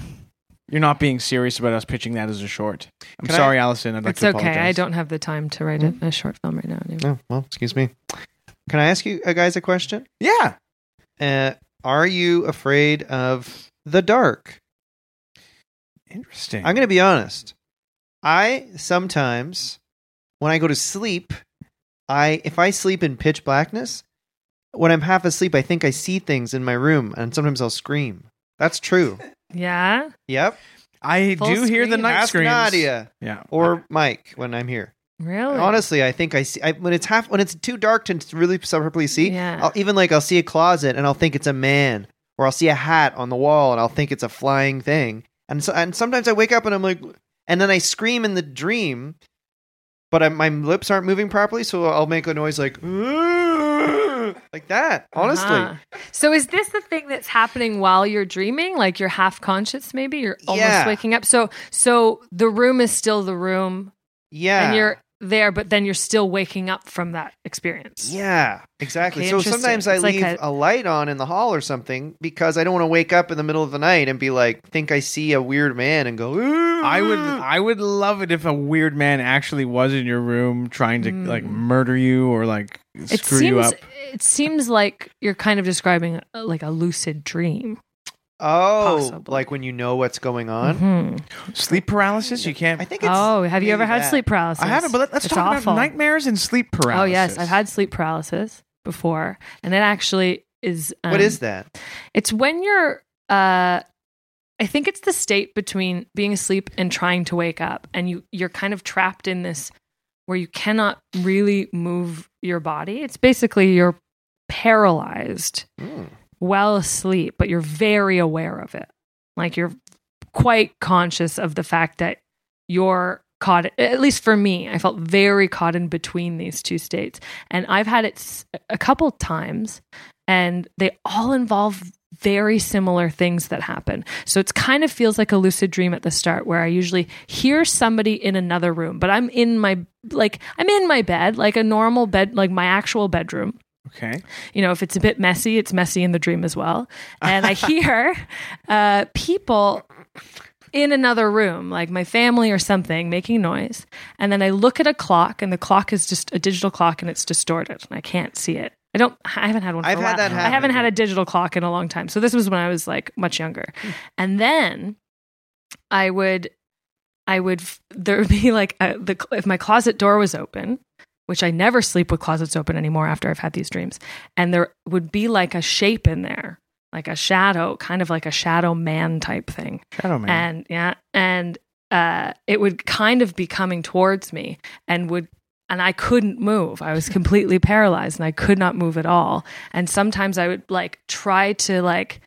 You're not being serious about us pitching that as a short. I'm
Can I-
sorry, Allison. I'd like
it's
to
okay.
apologize.
I don't have the time to write a,
Mm-hmm.
a short film right now. Anyway.
oh well excuse me can i ask you uh, guys a question
Yeah.
uh, are you afraid of the dark
Interesting.
I'm going to be honest. I sometimes, when I go to sleep, I if I sleep in pitch blackness, when I'm half asleep, I think I see things in my room, and sometimes I'll scream. That's
[laughs]
true.
Yeah.
Yep.
I
Full
do hear the
screen.
night
Ask
screams.
Nadia
Yeah.
or Mike when I'm here.
Really.
Honestly, I think I see I, when it's half when it's too dark to really separately see.
Yeah.
I'll even like I'll see a closet and I'll think it's a man, or I'll see a hat on the wall and I'll think it's a flying thing. And so, and sometimes I wake up and I'm like, and then I scream in the dream, but I, my lips aren't moving properly, so I'll make a noise like like that. Honestly,
Uh-huh. So is this the thing that's happening while you're dreaming? Like you're half conscious, maybe you're almost
Yeah.
waking up. So so the room is still the room,
yeah,
and you're there, but then you're still waking up from that experience.
Yeah, exactly.
Okay,
so
interesting.
sometimes I
It's like
leave
a-
a... light on in the hall or something because I don't want to wake up in the middle of the night and be like, think I see a weird man and go, Ooh.
I would
Uh.
I would love it if a weird man actually was in your room trying to
Mm.
like murder you or like
It
screw
seems
you up.
it seems like you're kind of describing uh, like a lucid dream.
oh,
Possibly.
like when you know what's going on.
[laughs] Mhm.
Sleep paralysis? You can't
I think it's.
Oh, have you
maybe
ever had
that.
sleep paralysis?
I haven't, but let, us
It's
talk
awful.
about nightmares and sleep
Oh
paralysis.
yes, I've had sleep paralysis, before, and that actually is um,
what is that?
It's when you're. Uh, I think it's the state between being asleep and trying to wake up, and you you're kind of trapped in this where you cannot really move your body. It's basically you're paralyzed
Mm.
well asleep, but you're very aware of it. Like you're quite conscious of the fact that you're caught, at least for me, I felt very caught in between these two states. And I've had it s- a couple times, and they all involve very similar things that happen. So it's kind of feels like a lucid dream at the start where I usually hear somebody in another room, but I'm in my like I'm in my bed, like a normal bed, like my actual bedroom
Okay.
you know, if it's a bit messy, it's messy in the dream as well. And I
[laughs]
hear uh, people in another room, like my family or something, making noise. And then I look at a clock, and the clock is just a digital clock, and it's distorted, and I can't see it. I don't. I haven't had one. For
I've
a
had
while.
that
I haven't
happen.
had a digital clock in a long time. So this was when I was like much younger,
Hmm.
and then I would, I would. f- There would be like a, the cl- if my closet door was open, which I never sleep with closets open anymore after I've had these dreams. And there would be like a shape in there, like a shadow, kind of like a shadow man type thing.
Shadow Man.
And yeah, and uh, it would kind of be coming towards me and would. And I couldn't move. I was completely paralyzed and I could not move at all. And sometimes I would like try to like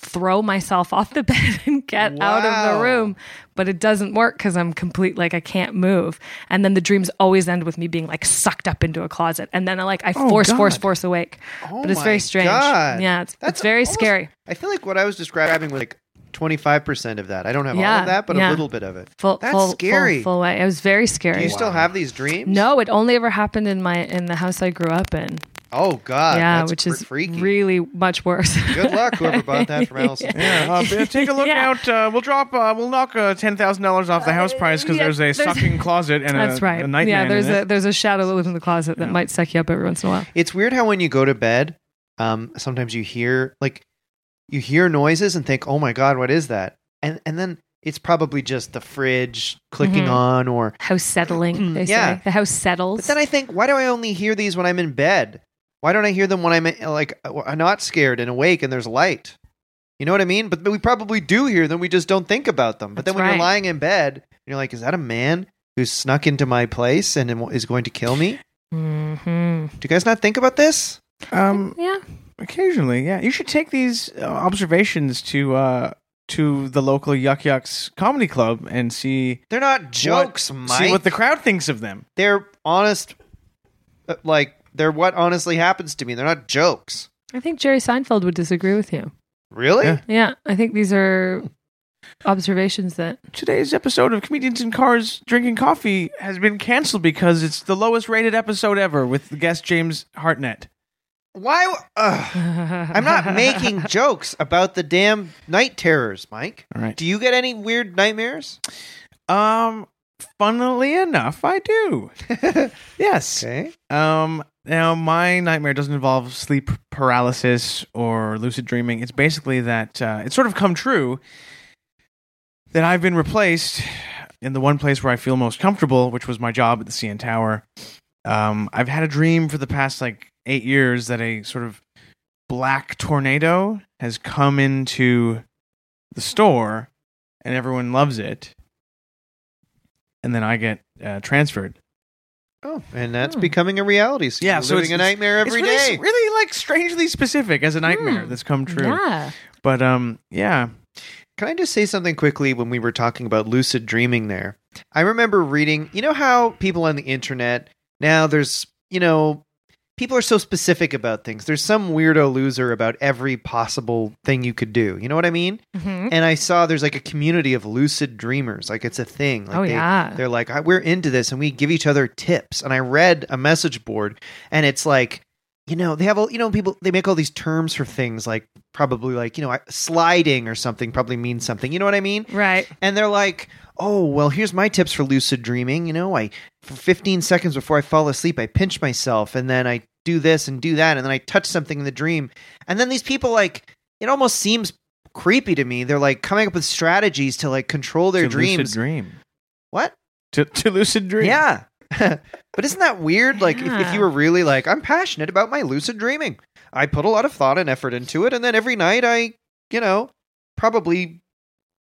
throw myself [laughs] off the bed and get out of
Wow.
the room, but it doesn't work because I'm complete like I can't move. And then the dreams always end with me being like sucked up into a closet, and then I like I
Oh,
force,
God.
force, force awake.
Oh
but it's
my
very strange.
God.
Yeah, it's,
That's
it's very
almost-
scary.
I feel like what I was describing was like twenty five percent of that. I don't have all
Yeah,
of that, but a
yeah.
little bit of it.
Full,
That's
full,
scary.
Full, full way. It was very
Do
scary.
you still
Wow.
have these dreams?
No, it only ever happened in my in the house I grew up in.
Oh God.
yeah,
that's
which
fr-
is
freaky.
really much worse.
Good luck, whoever bought that
[laughs]
from Allison.
yeah, uh, b- take a look
Yeah. Uh,
out. Uh, we'll drop. Uh, we'll knock uh, ten thousand dollars off the house price because
yeah,
there's a
there's- [laughs]
stocking closet and
[laughs] That's
a,
right.
a nightman.
yeah, there's
in
a
it.
there's a shadow that lives in the closet that might suck you up every once in a while.
It's weird how when you go to bed, um, sometimes you hear like you hear noises and think, "Oh my god, what is that?" And and then it's probably just the fridge clicking
Mhm.
Mm-hmm.
on, or
House
Mm.
settling, they
Yeah.
say. The house
but
settles.
then I think, why do I only hear these when I'm in bed? Why don't I hear them when I'm like uh, not scared and awake and there's light? You know what I mean? But, but we probably do hear them. We just don't think about them. But then
That's
when you're
right.
lying in bed, and you're like, "Is that a man who snuck into my place and is going to kill me?"
Mhm.
Do you guys not think about this?
Um,
Yeah.
occasionally, yeah. You should take these uh, observations to uh, to the local Yuck Yucks comedy club and see
They're not jokes, Mike.
see what the crowd thinks of them.
they're honest uh, like they're what honestly happens to me they're not jokes
I think Jerry Seinfeld would disagree with you.
really
Yeah.
Yeah, I think these are observations that
Today's episode of Comedians in Cars Drinking Coffee has been canceled because it's the lowest rated episode ever with guest James Hartnett.
why w- ugh. i'm
[laughs]
I'm
not making jokes about the damn night terrors mike
All right.
do you get any weird nightmares
Um, funnily enough, I do. [laughs] yes.
okay
Um, now my nightmare doesn't involve sleep paralysis or lucid dreaming. It's basically that uh, it's sort of come true that I've been replaced in the one place where I feel most comfortable, which was my job at the CN Tower. Um, I've had a dream for the past like eight years that a sort of black tornado has come into the store, and everyone loves it. And then I get uh, transferred.
oh and that's
Hmm.
becoming a reality so
Yeah,
you're
so
living
it's-
a nightmare every
it's really,
day
really like strangely specific as a nightmare
Hmm.
that's come true.
Yeah.
But um, yeah,
Can I just say something quickly when we were talking about lucid dreaming there? I remember reading, you know how people on the internet now there's, you know, people are so specific about things. There's some weirdo loser about every possible thing you could do. You know what I mean?
Mhm.
And I saw there's like a community of lucid dreamers. Like it's a thing. Like
oh
they,
yeah.
they're like, "I- we're into this and we give each other tips. And I read a message board and it's like, you know, they have all, you know, people, they make all these terms for things like probably like, you know, I- sliding or something probably means something. You know what I mean?
Right.
And they're like, oh, well, here's my tips for lucid dreaming. You know, I, for 15 seconds before I fall asleep, I pinch myself and then I do this and do that. And then I touch something in the dream. And then these people, like, it almost seems creepy to me. They're like coming up with strategies to like control their
to lucid
dreams.
dream
What?
to, to lucid dream.
Yeah. [laughs] But isn't that weird? Like, if, if
Yeah.
you were really like, I'm passionate about my lucid dreaming, I put a lot of thought and effort into it, and then every night I, you know, probably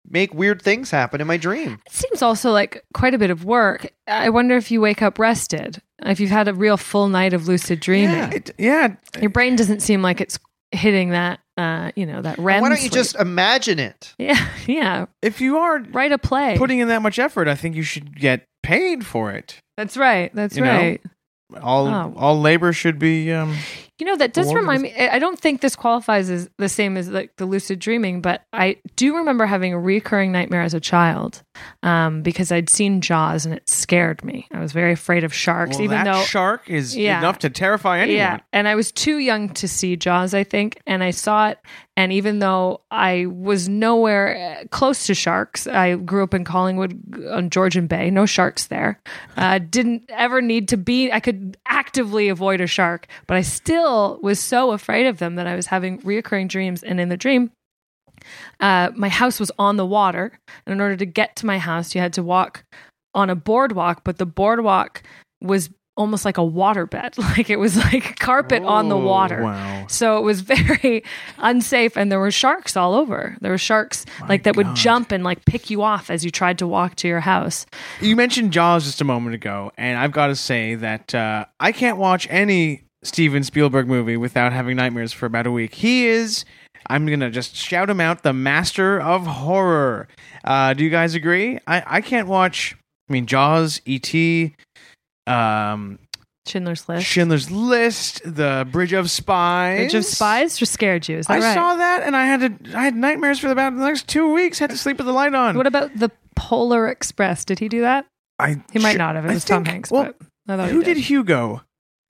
make weird things happen in my dream.
It seems also like quite a bit of work. I wonder if you wake up rested, if you've had a real full night of lucid dreaming.
Yeah.
It, yeah,
Your brain doesn't seem like it's hitting that, uh, you know, that REM.
Why don't you
sleep.
just imagine it?
[laughs] yeah, yeah,
if you are
write a play.
putting in that much effort, I think you should get paid for it.
that's right. That's
You know?
right.
All
Oh.
all labor should be. Um,
You know, that does
Award
remind me. I I don't think this qualifies as the same as like the lucid dreaming, but I do remember having a recurring nightmare as a child um, because I'd seen Jaws and it scared me. I was very afraid of sharks,
well,
even
that
though
shark is
Yeah.
enough to terrify anyone.
Yeah, and I was too young to see Jaws, I think, and I saw it. And even though I was nowhere uh, close to sharks, I grew up in Collingwood on Georgian Bay, no sharks there. Uh, didn't ever need to be. I could actively avoid a shark, but I still was so afraid of them that I was having reoccurring dreams. And in the dream, uh, my house was on the water, and in order to get to my house, you had to walk on a boardwalk, but the boardwalk was almost like a waterbed. [laughs] Like it was like carpet on the
Oh,
water.
Wow.
So it was [laughs] very unsafe, and there were sharks all over. There were sharks like that would
God.
jump and like pick you off as you tried to walk to your house.
You mentioned Jaws just a moment ago, and I've got to say that uh, I can't watch any Steven Spielberg movie without having nightmares for about a week. He is, I'm going to just shout him out, the master of horror. Uh, do you guys agree? I, I can't watch, I mean, Jaws, E.T., um,
Schindler's List.
Schindler's List, The Bridge of Spies.
Bridge of Spies just scared you. Is that
I
right?
saw that and I had to, I had nightmares for about the next two weeks. Had to sleep with the light on.
What about the Polar Express? Did he do that?
I,
He might
sure-
not have. It
I
was Tom
think-
Hanks.
Well,
but I thought
who
he did.
did Hugo?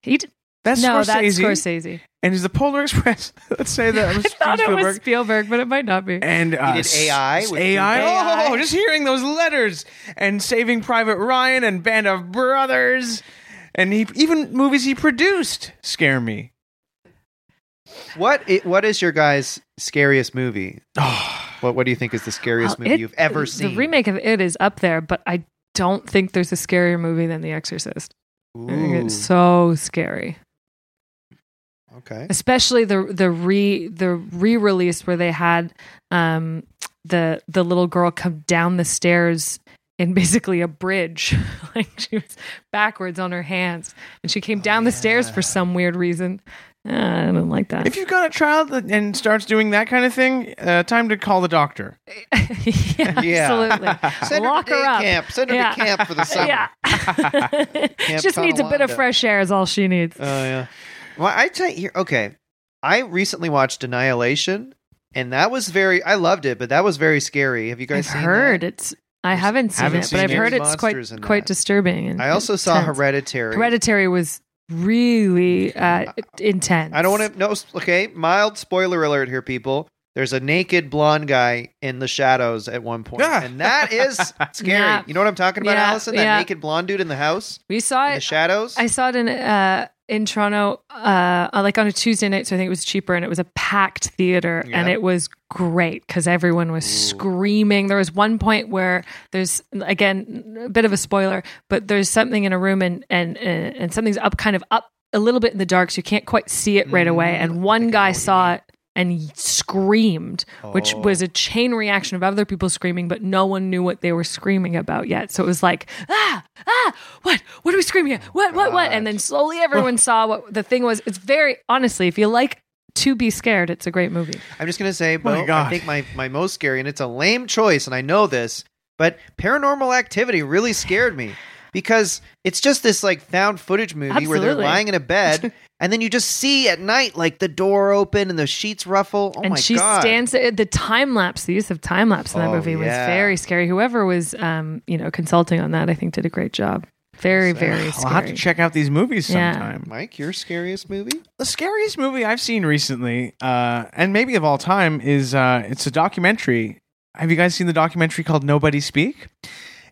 He did.
That's
no,
Scorsese.
that's Scorsese.
and is the Polar Express. [laughs] Let's say
[laughs]
that was
I thought
Steven
it was
Spielberg.
Spielberg, but it might not be.
and uh,
did
s-
AI
s-
with
AI.
AI.
Oh, just hearing those letters and Saving Private Ryan and Band of Brothers, and he even movies he produced scare me.
What i what is your guys' scariest movie?
Oh,
What what do you think is the scariest
Well,
movie
it-
you've ever
the
seen?
remake of it is up there, but I don't think there's a scarier movie than The Exorcist. I think
Ooh,
it's so scary,
okay.
especially the the re the re release where they had um, the the little girl come down the stairs in [laughs] basically a bridge, [laughs] like she was backwards on her hands, and she
Oh,
came down the stairs for some weird reason. Uh, I don't like that.
if you've got a child that- and starts doing that kind of thing, uh, time to call the doctor.
[laughs] yeah,
Yeah. [laughs]
absolutely.
Send her
Lock
to day
her up.
camp. Send her
Yeah.
to camp for the summer.
[laughs] Yeah. just needs a bit of
Tonawanda.
fresh air is all she needs.
Oh yeah. Well, I tell you, okay. I recently watched Annihilation, and that was very. I loved it, but that was very scary. Have you guys
I've
seen
heard it's. I
Yes.
haven't seen
Haven't
it,
seen
but I've
it.
heard it's
Monsters in
quite quite
that.
disturbing.
that?
And
I also saw
intense.
Hereditary.
Hereditary was really uh, intense.
I don't want to. No, s- okay. Mild spoiler alert here, people. There's a naked blonde guy in the shadows at one point,
Ah.
and that
[laughs]
is scary.
Yeah.
You know what I'm talking about,
Yeah,
Allison? That
yeah.
naked blonde dude in the house,
We saw
in the
it.
shadows.
I saw it in uh, in Toronto, uh, like on a Tuesday night, so I think it was cheaper, and it was a packed theater,
Yeah.
and it was great because everyone was screaming. There was one point where there's again a bit of a spoiler, but there's something in a room, and and and and something's up, kind of up a little bit in the dark, so you can't quite see it right away. And one guy saw it and he screamed, which
Oh.
was a chain reaction of other people screaming, but no one knew what they were screaming about yet. So it was like, ah, ah, what? What are we screaming at? What, what, what? And then slowly everyone saw what the thing was. It's very, honestly, if you like to be scared, it's a great movie.
I'm just gonna say,
Oh my
Bo, I
God.
think my, my most scary, and it's a lame choice, and I know this, but Paranormal Activity really scared me because it's just this like found footage movie where they're
Absolutely.
lying in a
[laughs]
bed, and then you just see at night like the door open and the sheets ruffle. Oh
and
my
she
god!
stands uh, the time lapse, the use of time lapse in that
Oh,
movie was
yeah.
very scary. Whoever was, um, you know, consulting on that, I think did a great job. Very, very
I'll have to
scary.
check out these movies
Yeah.
sometime.
Mike, your scariest movie?
the scariest movie I've seen recently, uh, and maybe of all time, is uh, it's a documentary. Have you guys seen the documentary called Nobody Speak?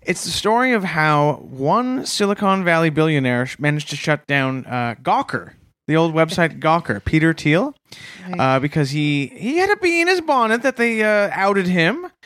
It's the story of how one Silicon Valley billionaire sh- managed to shut down uh, Gawker, the old website Gawker, Peter Thiel, uh, because he he had a bee in his bonnet that they uh, outed him. [laughs]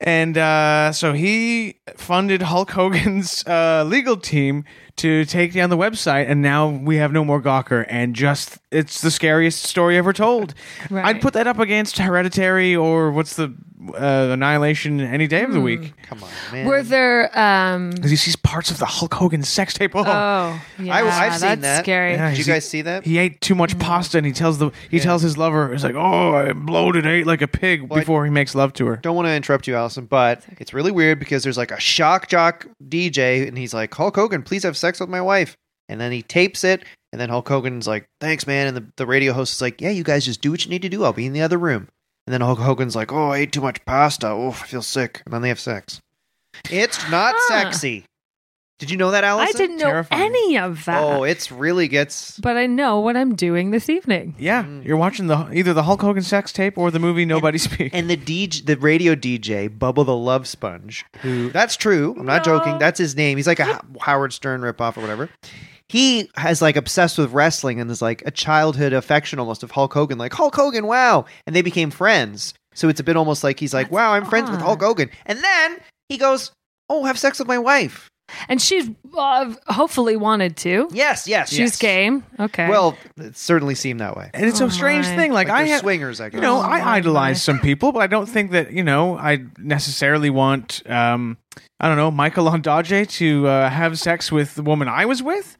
And uh, so he funded Hulk Hogan's uh, legal team to take down the website, and now we have no more Gawker, and just it's the scariest story ever told.
Right.
I'd put that up against Hereditary or what's the uh, Annihilation any day of the week
Come on, man.
Were there? Um,
because he sees parts of the Hulk Hogan sex tape. Oh,
Oh, yeah,
I've seen
that's
that.
scary.
Yeah.
Did you
He-
guys see that?
he ate too much pasta, and he tells the he tells his lover, he's like, "Oh, I bloated, ate like a pig
Well, I-
before he makes love to her."
Don't want to interrupt you, Allison, but it's really weird because there's like a shock jock DJ, and he's like, Hulk Hogan, please have sex with my wife. And then he tapes it, and then Hulk Hogan's like, thanks, man. And the, the radio host is like, yeah, you guys just do what you need to do. I'll be in the other room. And then Hulk Hogan's like, oh, I ate too much pasta. Oh, I feel sick. And then they have sex. It's not
Huh.
sexy. Did you know that,
Ah. I
Allison?
didn't know
terrifying.
any of that.
Oh, it's really gets.
but I know what I'm doing this evening.
Yeah, you're watching the either the Hulk Hogan sex tape or the movie Nobody Speaks.
And the DJ, the radio DJ, Bubble the Love Sponge, who that's true. I'm not
No.
joking. That's his name. He's like a Ho- Howard Stern ripoff or whatever. He has like obsessed with wrestling and is like a childhood affection almost of Hulk Hogan. Like Hulk Hogan, wow! And they became friends. So it's a bit almost like he's like, wow, I'm friends with
odd.
Hulk Hogan. And then he goes, oh, have sex with my wife.
And she's uh, hopefully wanted to.
Yes, yes,
She's
yes.
game. Okay.
Well, it certainly seemed that way.
[laughs] And it's
Oh
a strange
my.
thing. Like,
Like
I
they're
have,
swingers, I guess.
you know,
Oh my,
I idolize
my.
some people, but I don't think that you know I necessarily want, um, I don't know, Michael Ondaatje to uh, have sex with the woman I was with.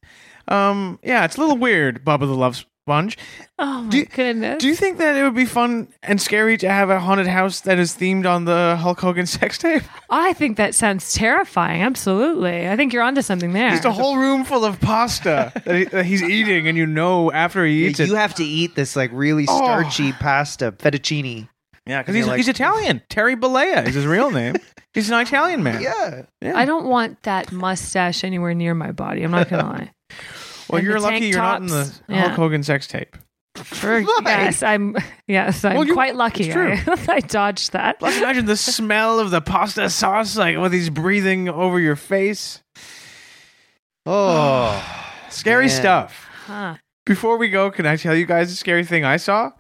Um, yeah, it's a little weird, Bubba the Love Sponge.
oh my
do-
goodness.
Do you think that it would be fun and scary to have a haunted house that is themed on the Hulk Hogan [laughs] sex tape?
I think that sounds terrifying. Absolutely. I think you're onto something there.
Just a whole room full of pasta that, he, that he's eating, and you know after he eats
Yeah,
it,
you have to eat this like really
Oh.
starchy pasta fettuccine.
Yeah, because
And
he's,
you're like-
he's Italian. Terry Balea is his real name. he's an Italian man.
Yeah.
Yeah.
I don't want that mustache anywhere near my body. I'm not going
[laughs]
to lie.
well,
and
you're
the
lucky
tank
you're not in the
tops.
Hulk
Yeah.
Hogan sex tape.
For- yes, I'm. Yes, I'm
Well, you-
quite lucky.
it's true.
[laughs] I, I dodged that.
Plus, imagine the smell of the pasta sauce, like with he's breathing over your face.
Oh,
Scary
Man.
stuff.
Huh.
Before we go, can I tell you guys a scary thing I saw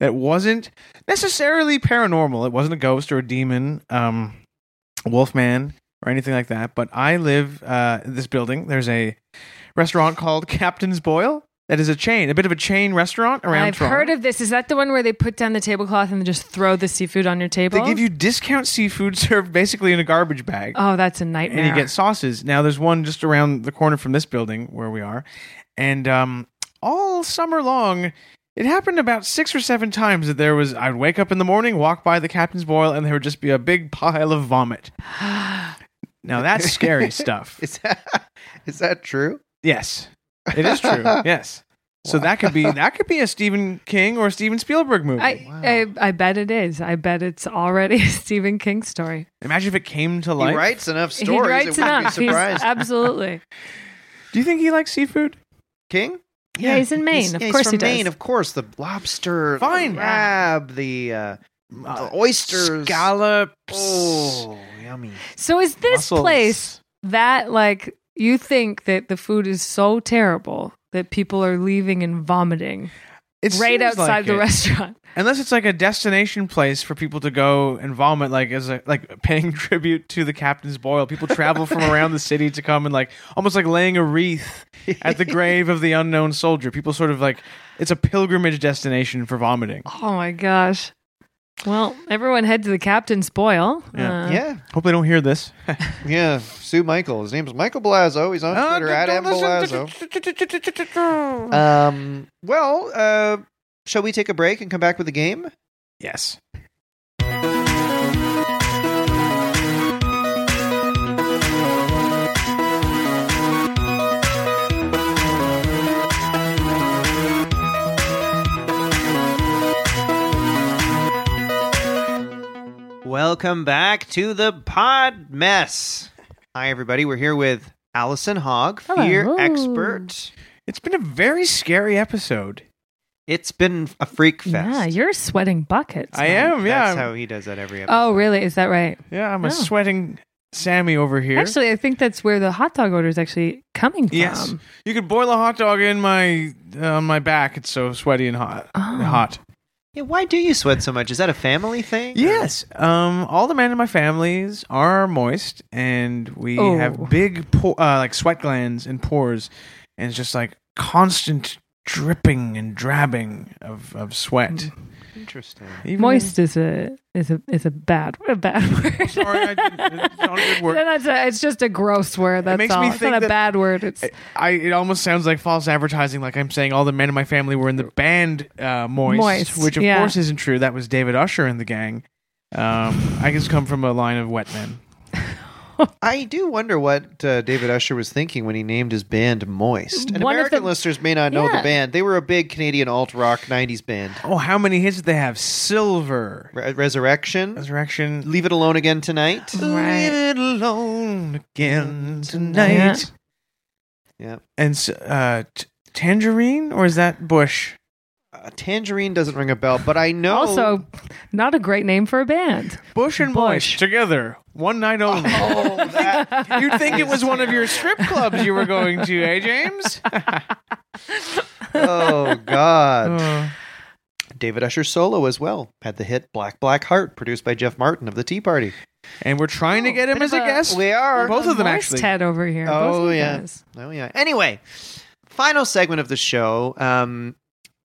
that wasn't necessarily paranormal? It wasn't a ghost or a demon, um, a wolfman, or anything like that. But I live uh, in this building. There's a restaurant called Captain's Boil. That is a chain, a bit of a chain restaurant around
I've
Toronto.
heard of this. Is that the one where they put down the tablecloth and just throw the seafood on your table?
They give you discount seafood [laughs] served basically in a garbage bag.
Oh, that's a nightmare.
and you get sauces. Now there's one just around the corner from this building where we are, and um, all summer long, it happened about six or seven times that there was. I'd wake up in the morning, walk by the captain's boil, and there would just be a big pile of [gasps] vomit. Now that's scary [laughs] stuff.
[sighs] is that is that true?
Yes, it is [laughs] true. Yes, so that could be that could be a Stephen King or a Steven Spielberg movie.
I, I I bet it is. I bet it's already [laughs] a Stephen King story.
Imagine if it came to
He
life.
writes enough stories.
he writes
it wouldn't
enough.
Be
He's
surprised.
absolutely.
Do you think he likes seafood?
King.
Yeah, he's in Maine.
He's-
of
yeah, he's
course
from
he does.
Maine, of course. The lobster,
Fine.
the crab, the uh, the oysters,
Scallops.
Oh, yummy!
so is this
mussels.
place that like you think that the food is so terrible that people are leaving and vomiting
It
right
seems
outside
like
the
it.
restaurant?
unless it's like a destination place for people to go and vomit like as a like paying [laughs] tribute to the captain's boil people travel from around the city to come and like almost like laying a wreath at the grave of the unknown soldier people sort of like it's a pilgrimage destination for vomiting
Oh my gosh. Well, everyone head to the captain's boil.
Yeah.
Uh,
yeah,
hope they don't
[laughs]
hear this
yeah. Sue Michael. His name's Michael Blazo. He's on
Oh,
Twitter at M Blazo. Um. Well, uh, shall we take a break and come back with a game?
yes
Welcome back to the pod mess. Hi, everybody. We're here with Allison Hogg, fear
Hello.
expert.
it's been a very scary episode
It's been a freak fest.
Yeah, you're sweating buckets.
i am yeah
That's
I'm-
how he does that every episode.
Oh, really? Is that right?
yeah i'm a
Oh.
sweating sammy over here
Actually, I think that's where the hot dog order is actually coming from.
Yes, uh, you could boil a hot dog in my on my back. It's so sweaty and hot.
Oh.
Hot.
Yeah, why do you sweat so much? Is that a family thing?
Yes. Um, all the men in my families are moist, and we
Oh.
have big po- uh, like sweat glands and pores, and it's just like constant dripping and drabbing of, of sweat.
Interesting.
Even-
Moist is a is a is a bad [laughs] a bad word.
Sorry, I didn't- it's not
[laughs]
a good word.
No, no, it's, a- it's just a gross word. That's
makes
all.
me
it's
think
not a
that-
bad word. It's
I, it almost sounds like false advertising. Like I'm saying, all the men in my family were in the band uh, Moist,
Moist,
which of
yeah.
course isn't true. That was David Usher and the gang. Um, I just come from a line of wet men.
I do wonder what uh, David Usher was thinking when he named his band Moist. And
One of
American
the-
listeners may not know the
Yeah.
band. They were a big Canadian alt rock 90s band.
Oh, how many hits did they have? Silver.
Re- Resurrection,
Resurrection.
Leave It Alone Again Tonight.
Right.
Leave it alone again tonight.
Yeah.
Yeah.
And s- uh, t- tangerine, or is that Bush?
Uh, Tangerine doesn't ring a bell, but I know.
also not a great name for a band.
Bush and
Bush.
Moist together, one night
[laughs]
only.
Oh, that.
You'd think it was one of your strip clubs you were going to, eh,
[laughs]
James?
Oh, God.
Uh,
David Usher solo as well had the hit Black Black Heart, produced by Jeff Martin of the Tea Party.
and we're trying to get him
bit
as a
of a-
guest.
We are.
Both of them,
Moist
actually.
Ted over here.
Oh,
Both of you
yeah.
guys.
Oh yeah. Anyway, final segment of the show. Um,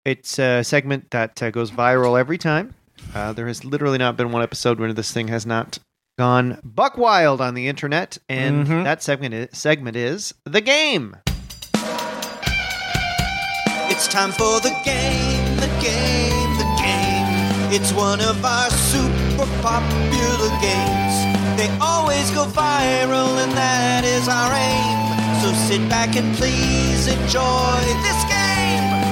it's a segment that uh, goes viral every time. Uh, there has literally not been one episode where this thing has not gone buck wild on the internet, and
Mhm.
that segment i- segment is the game.
It's time for the game, the game, the game. It's one of our super popular games. They always go viral, and that is our aim. So sit back and please enjoy this game.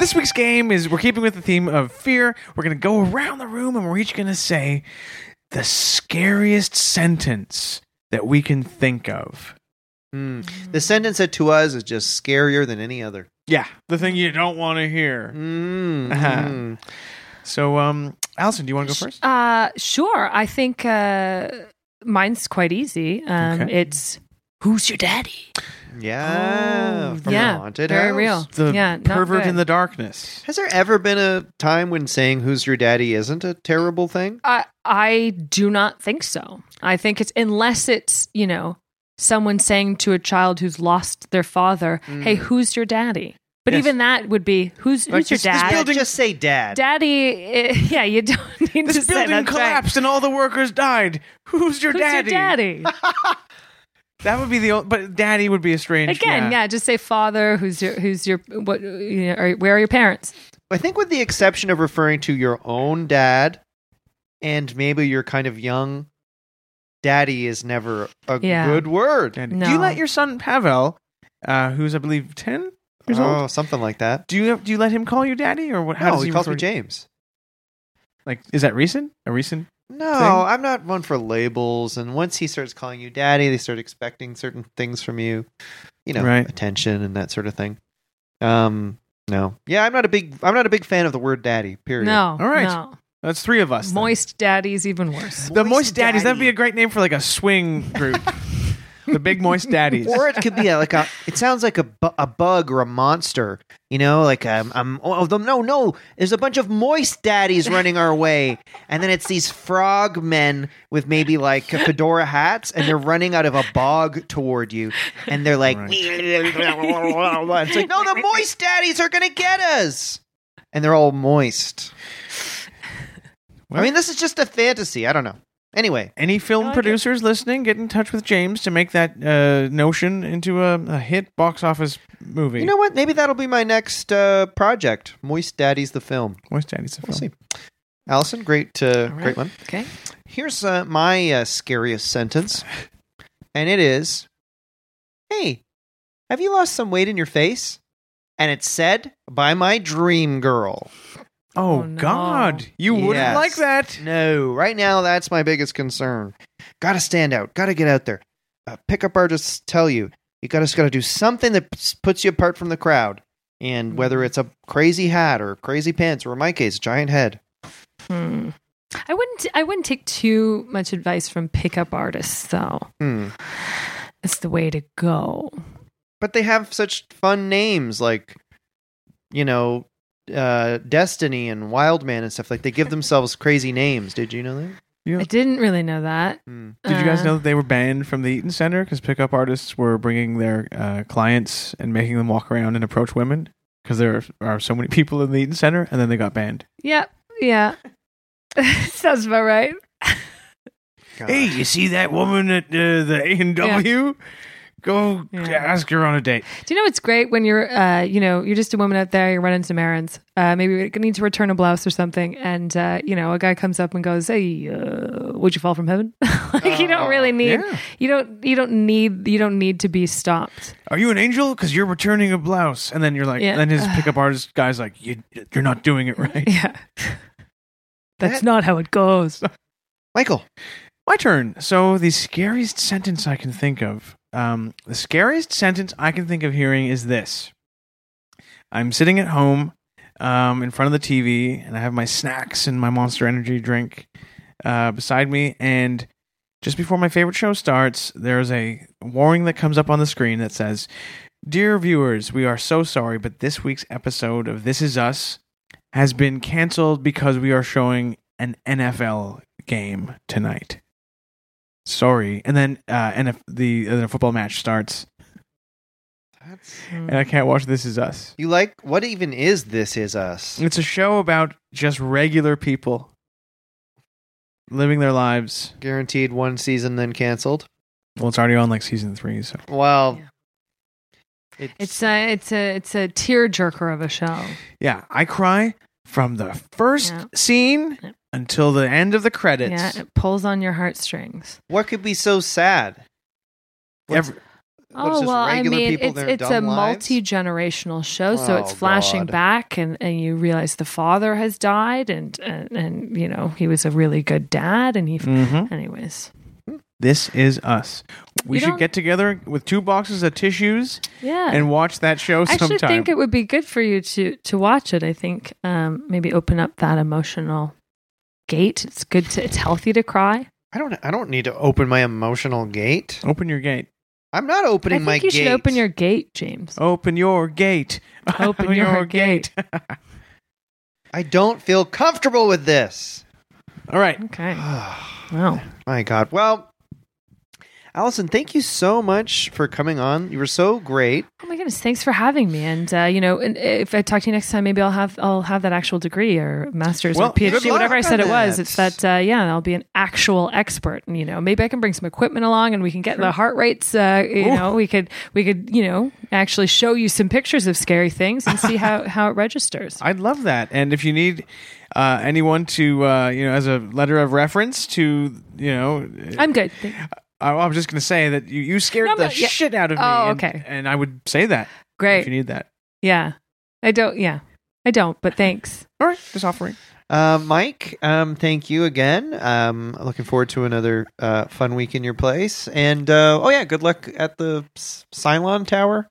This week's game is we're keeping with the theme of fear. We're going to go around the room and we're each going to say the scariest sentence that we can think of.
Hmm. The sentence that to us is just scarier than any other.
Yeah, the thing you don't want to hear.
Mm,
Uh-huh.
mm.
So, um, Allison, do you want to go first?
Uh, sure. I think uh, mine's quite easy. Um,
Okay.
It's who's your daddy?
Yeah,
Oh,
from
yeah,
the haunted
very
house.
real.
The
yeah, not
pervert
good.
in the
[laughs]
darkness.
Has there ever been a time when saying "Who's your daddy" isn't a terrible thing?
I I do not think so. I think it's unless it's you know someone saying to a child who's lost their father, "Hey, who's your daddy?" But
Mm. Yes.
even that would be who's
Like,
who's your
this- this
dad?
Yeah,
building-
just say dad.
daddy, eh, [laughs] yeah, you don't need to
This
say
building
that's right.
collapsed and all the workers died. Who's your
Who's
daddy?
your daddy?
[laughs] That would be the o- but daddy would be a strange
Again, yeah. just say father. Who's your who's your what? You know, are, where are your parents?
I think, with the exception of referring to your own dad, and maybe your kind of young daddy is never a
Yeah.
good word.
Daddy.
No.
Do you let your son Pavel, uh, who's I believe ten years
oh,
old,
something like that.
do you do you let him call you daddy or what? How
no,
does
he
he,
calls me
refer to-
James.
Like, is that recent? A recent?
No,
Thing?
I'm not one for labels. And once he starts calling you daddy, they start expecting certain things from you, you know,
Right.
attention and that sort of thing. Um, no, yeah, I'm not a big, I'm not a big fan of the word daddy. Period.
No,
All right.
no.
That's three of us. then.
Moist daddy's even worse.
The moist
Moist
daddies. That'd
Daddy.
be a great name for like a swing
[laughs]
group. the big moist daddies.
or it could be a, like a. It sounds like a, bu- a bug or a monster. You know, like um, um oh the- no no. There's a bunch of moist daddies running our way, and then it's these frog men with maybe like fedora hats, and they're running out of a bog toward you, and they're like,
Right.
it's like
[laughs]
no, the moist daddies are gonna get us, and they're all moist. I
Well-
mean, this is just a fantasy. I don't know. Anyway,
Any film
I like it.
producers listening, get in touch with James to make that uh, notion into a, a hit box office movie.
you know what? Maybe that'll be my next uh, project. Moist Daddies, the film.
moist daddies. A
We'll
film.
see. Allison, great, uh,
All right.
great one.
Okay.
Here's uh, my uh, scariest sentence, and it is, "Hey, have you lost some weight in your face?" And it's said by my dream girl.
Oh,
Oh, no.
God, you wouldn't
Yes.
like that.
No, right now that's my biggest concern. Got to stand out. Got to get out there. Uh, pickup artists tell you you got to got to do something that p- puts you apart from the crowd. And whether it's a crazy hat or crazy pants, or in my case, giant head.
Hmm. I wouldn't. I wouldn't take too much advice from pickup artists, though.
Hmm.
It's the way to go.
but they have such fun names like you know uh, Destiny and Wildman and stuff like [laughs] they give themselves crazy names. Did you know that?
I didn't really know that.
Mm.
Hmm. Did you guys
Uh,
know that they were banned from the Eaton Center because pickup artists were bringing their uh, clients and making them walk around and approach women because there are so many people in the Eaton Center, and then they got banned.
Yeah, yeah. [laughs] Sounds about right.
God.
Hey, you see that woman at uh, the A and W? Go
Yeah.
ask her on a date.
Do you know it's great when you're, uh, you know, you're just a woman out there, you're running some errands. Uh, maybe you need to return a blouse or something, and uh, you know, a guy comes up and goes, "Hey, uh, would you fall from heaven?" [laughs] like
Oh,
you don't really need,
yeah.
you don't, you don't need, you don't need to be stopped.
Are you an angel? Because you're returning a blouse, and then you're like,
Yeah.
then his pickup artist guy's like, you, you're not doing it right.
Yeah, [laughs] that's
That-
not how
[laughs]
it goes.
Michael.
My turn. So the scariest sentence I can think of, um, the scariest sentence I can think of hearing is this. I'm sitting at home, um, in front of the TV, and I have my snacks and my Monster Energy drink, uh, beside me, and just before my favorite show starts, there's a warning that comes up on the screen that says, "Dear viewers, we are so sorry, but this week's episode of This Is Us has been canceled because we are showing an NFL game tonight. Sorry. And then uh, and if the and then a football match starts,
That's...
Hmm.
and I can't watch This Is Us.
You like what even is this? Is us?
It's a show about just regular people living their lives.
Guaranteed one season, then canceled.
Well, it's already on like season three, so
Well,
Yeah.
it's,
It's a, it's a, it's a tearjerker of a show.
yeah, I cry from the first
Yeah.
scene
Yep.
until the end of the credits.
Yeah, it pulls on your heartstrings.
what could be so sad? What's-
Every-
what,
Oh,
it's just regular people,
it's,
their
it's a
dumb lives?
multi generational show, so it's
Oh,
flashing
God.
back, and, and you realize the father has died, and, and and you know he was a really good dad, and he.
Mhm.
Mm-hmm.
Anyways,
This is us. We
You
should
don't-
get together with two boxes of tissues
yeah.
and watch that show
I
sometime.
actually think it would be good for you to to watch it. I think um, maybe open up that emotional gate. It's good to it's healthy to cry.
I don't. I don't need to open my emotional gate.
Open your gate.
I'm not
I
opening
think
my
you
gate. Oh.
should open your gate, James.
Open your gate. [laughs]
Open your gate.
I don't feel comfortable with this.
All right.
[sighs]
Okay. Wow.
My God. Well, Allison, thank you so much for coming on. You were so great.
Oh my goodness! Thanks for having me. And uh, you know, and if I talk to you next time, maybe I'll have I'll have that actual degree or master's
Well,
or
good
PhD, whatever I
luck
said
on
it was.
that.
It's that uh, yeah, I'll be an actual expert. And you know, maybe I can bring some equipment along, and we can get the heart rates. Uh, you
Ooh.
know, we could we could you know actually show you some pictures of scary things and
[laughs]
see how how it registers.
I'd love that. And if you need uh, anyone to, uh, you know, as a letter of reference to, you know,
I'm good. Thank-
I, I was just going to say that you, you scared
No,
the
no, yeah.
shit out of me.
Oh,
and-
okay.
And I would say that if
Great.
you need that.
yeah. I don't. Yeah. I don't. But thanks.
All right. Just offering.
Uh, Mike, um, thank you again. Um, looking forward to another uh, fun week in your place. And uh, oh yeah, good luck at the S- Cylon Tower.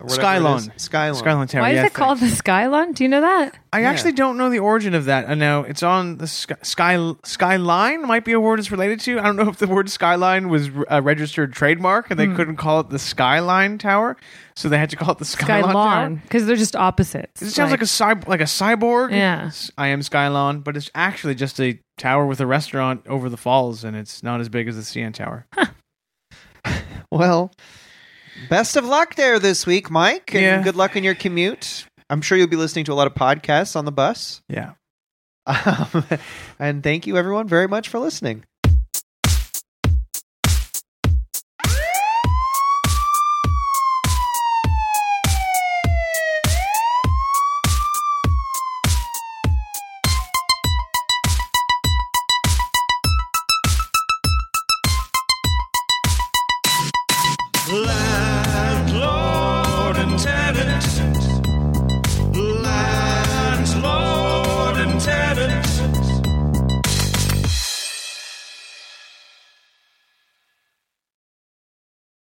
Or whatever it is.
Skylon.
Skylon.
Skyline Tower.
Why
yeah,
is it called the
thanks.
Skylon? Do you know that?
I
Yeah.
actually don't know the origin of that. I know it's on the sky, sky skyline. Might be a word it's related to. I don't know if the word skyline was a registered trademark,
Hmm.
and they couldn't call it the skyline tower, so they had to call it the skyline. Tower.
Skylon, because they're just opposites.
It sounds like, a cy- like a cyborg.
Yeah.
S- I am Skylon, but it's actually just a tower with a restaurant over the falls, and it's not as big as the CN Tower.
Well, best of luck there this week, Mike. And
Yeah.
good luck on your commute. I'm sure you'll be listening to a lot of podcasts on the bus. [laughs]
yeah.
Um, and thank you, everyone, very much for listening.
La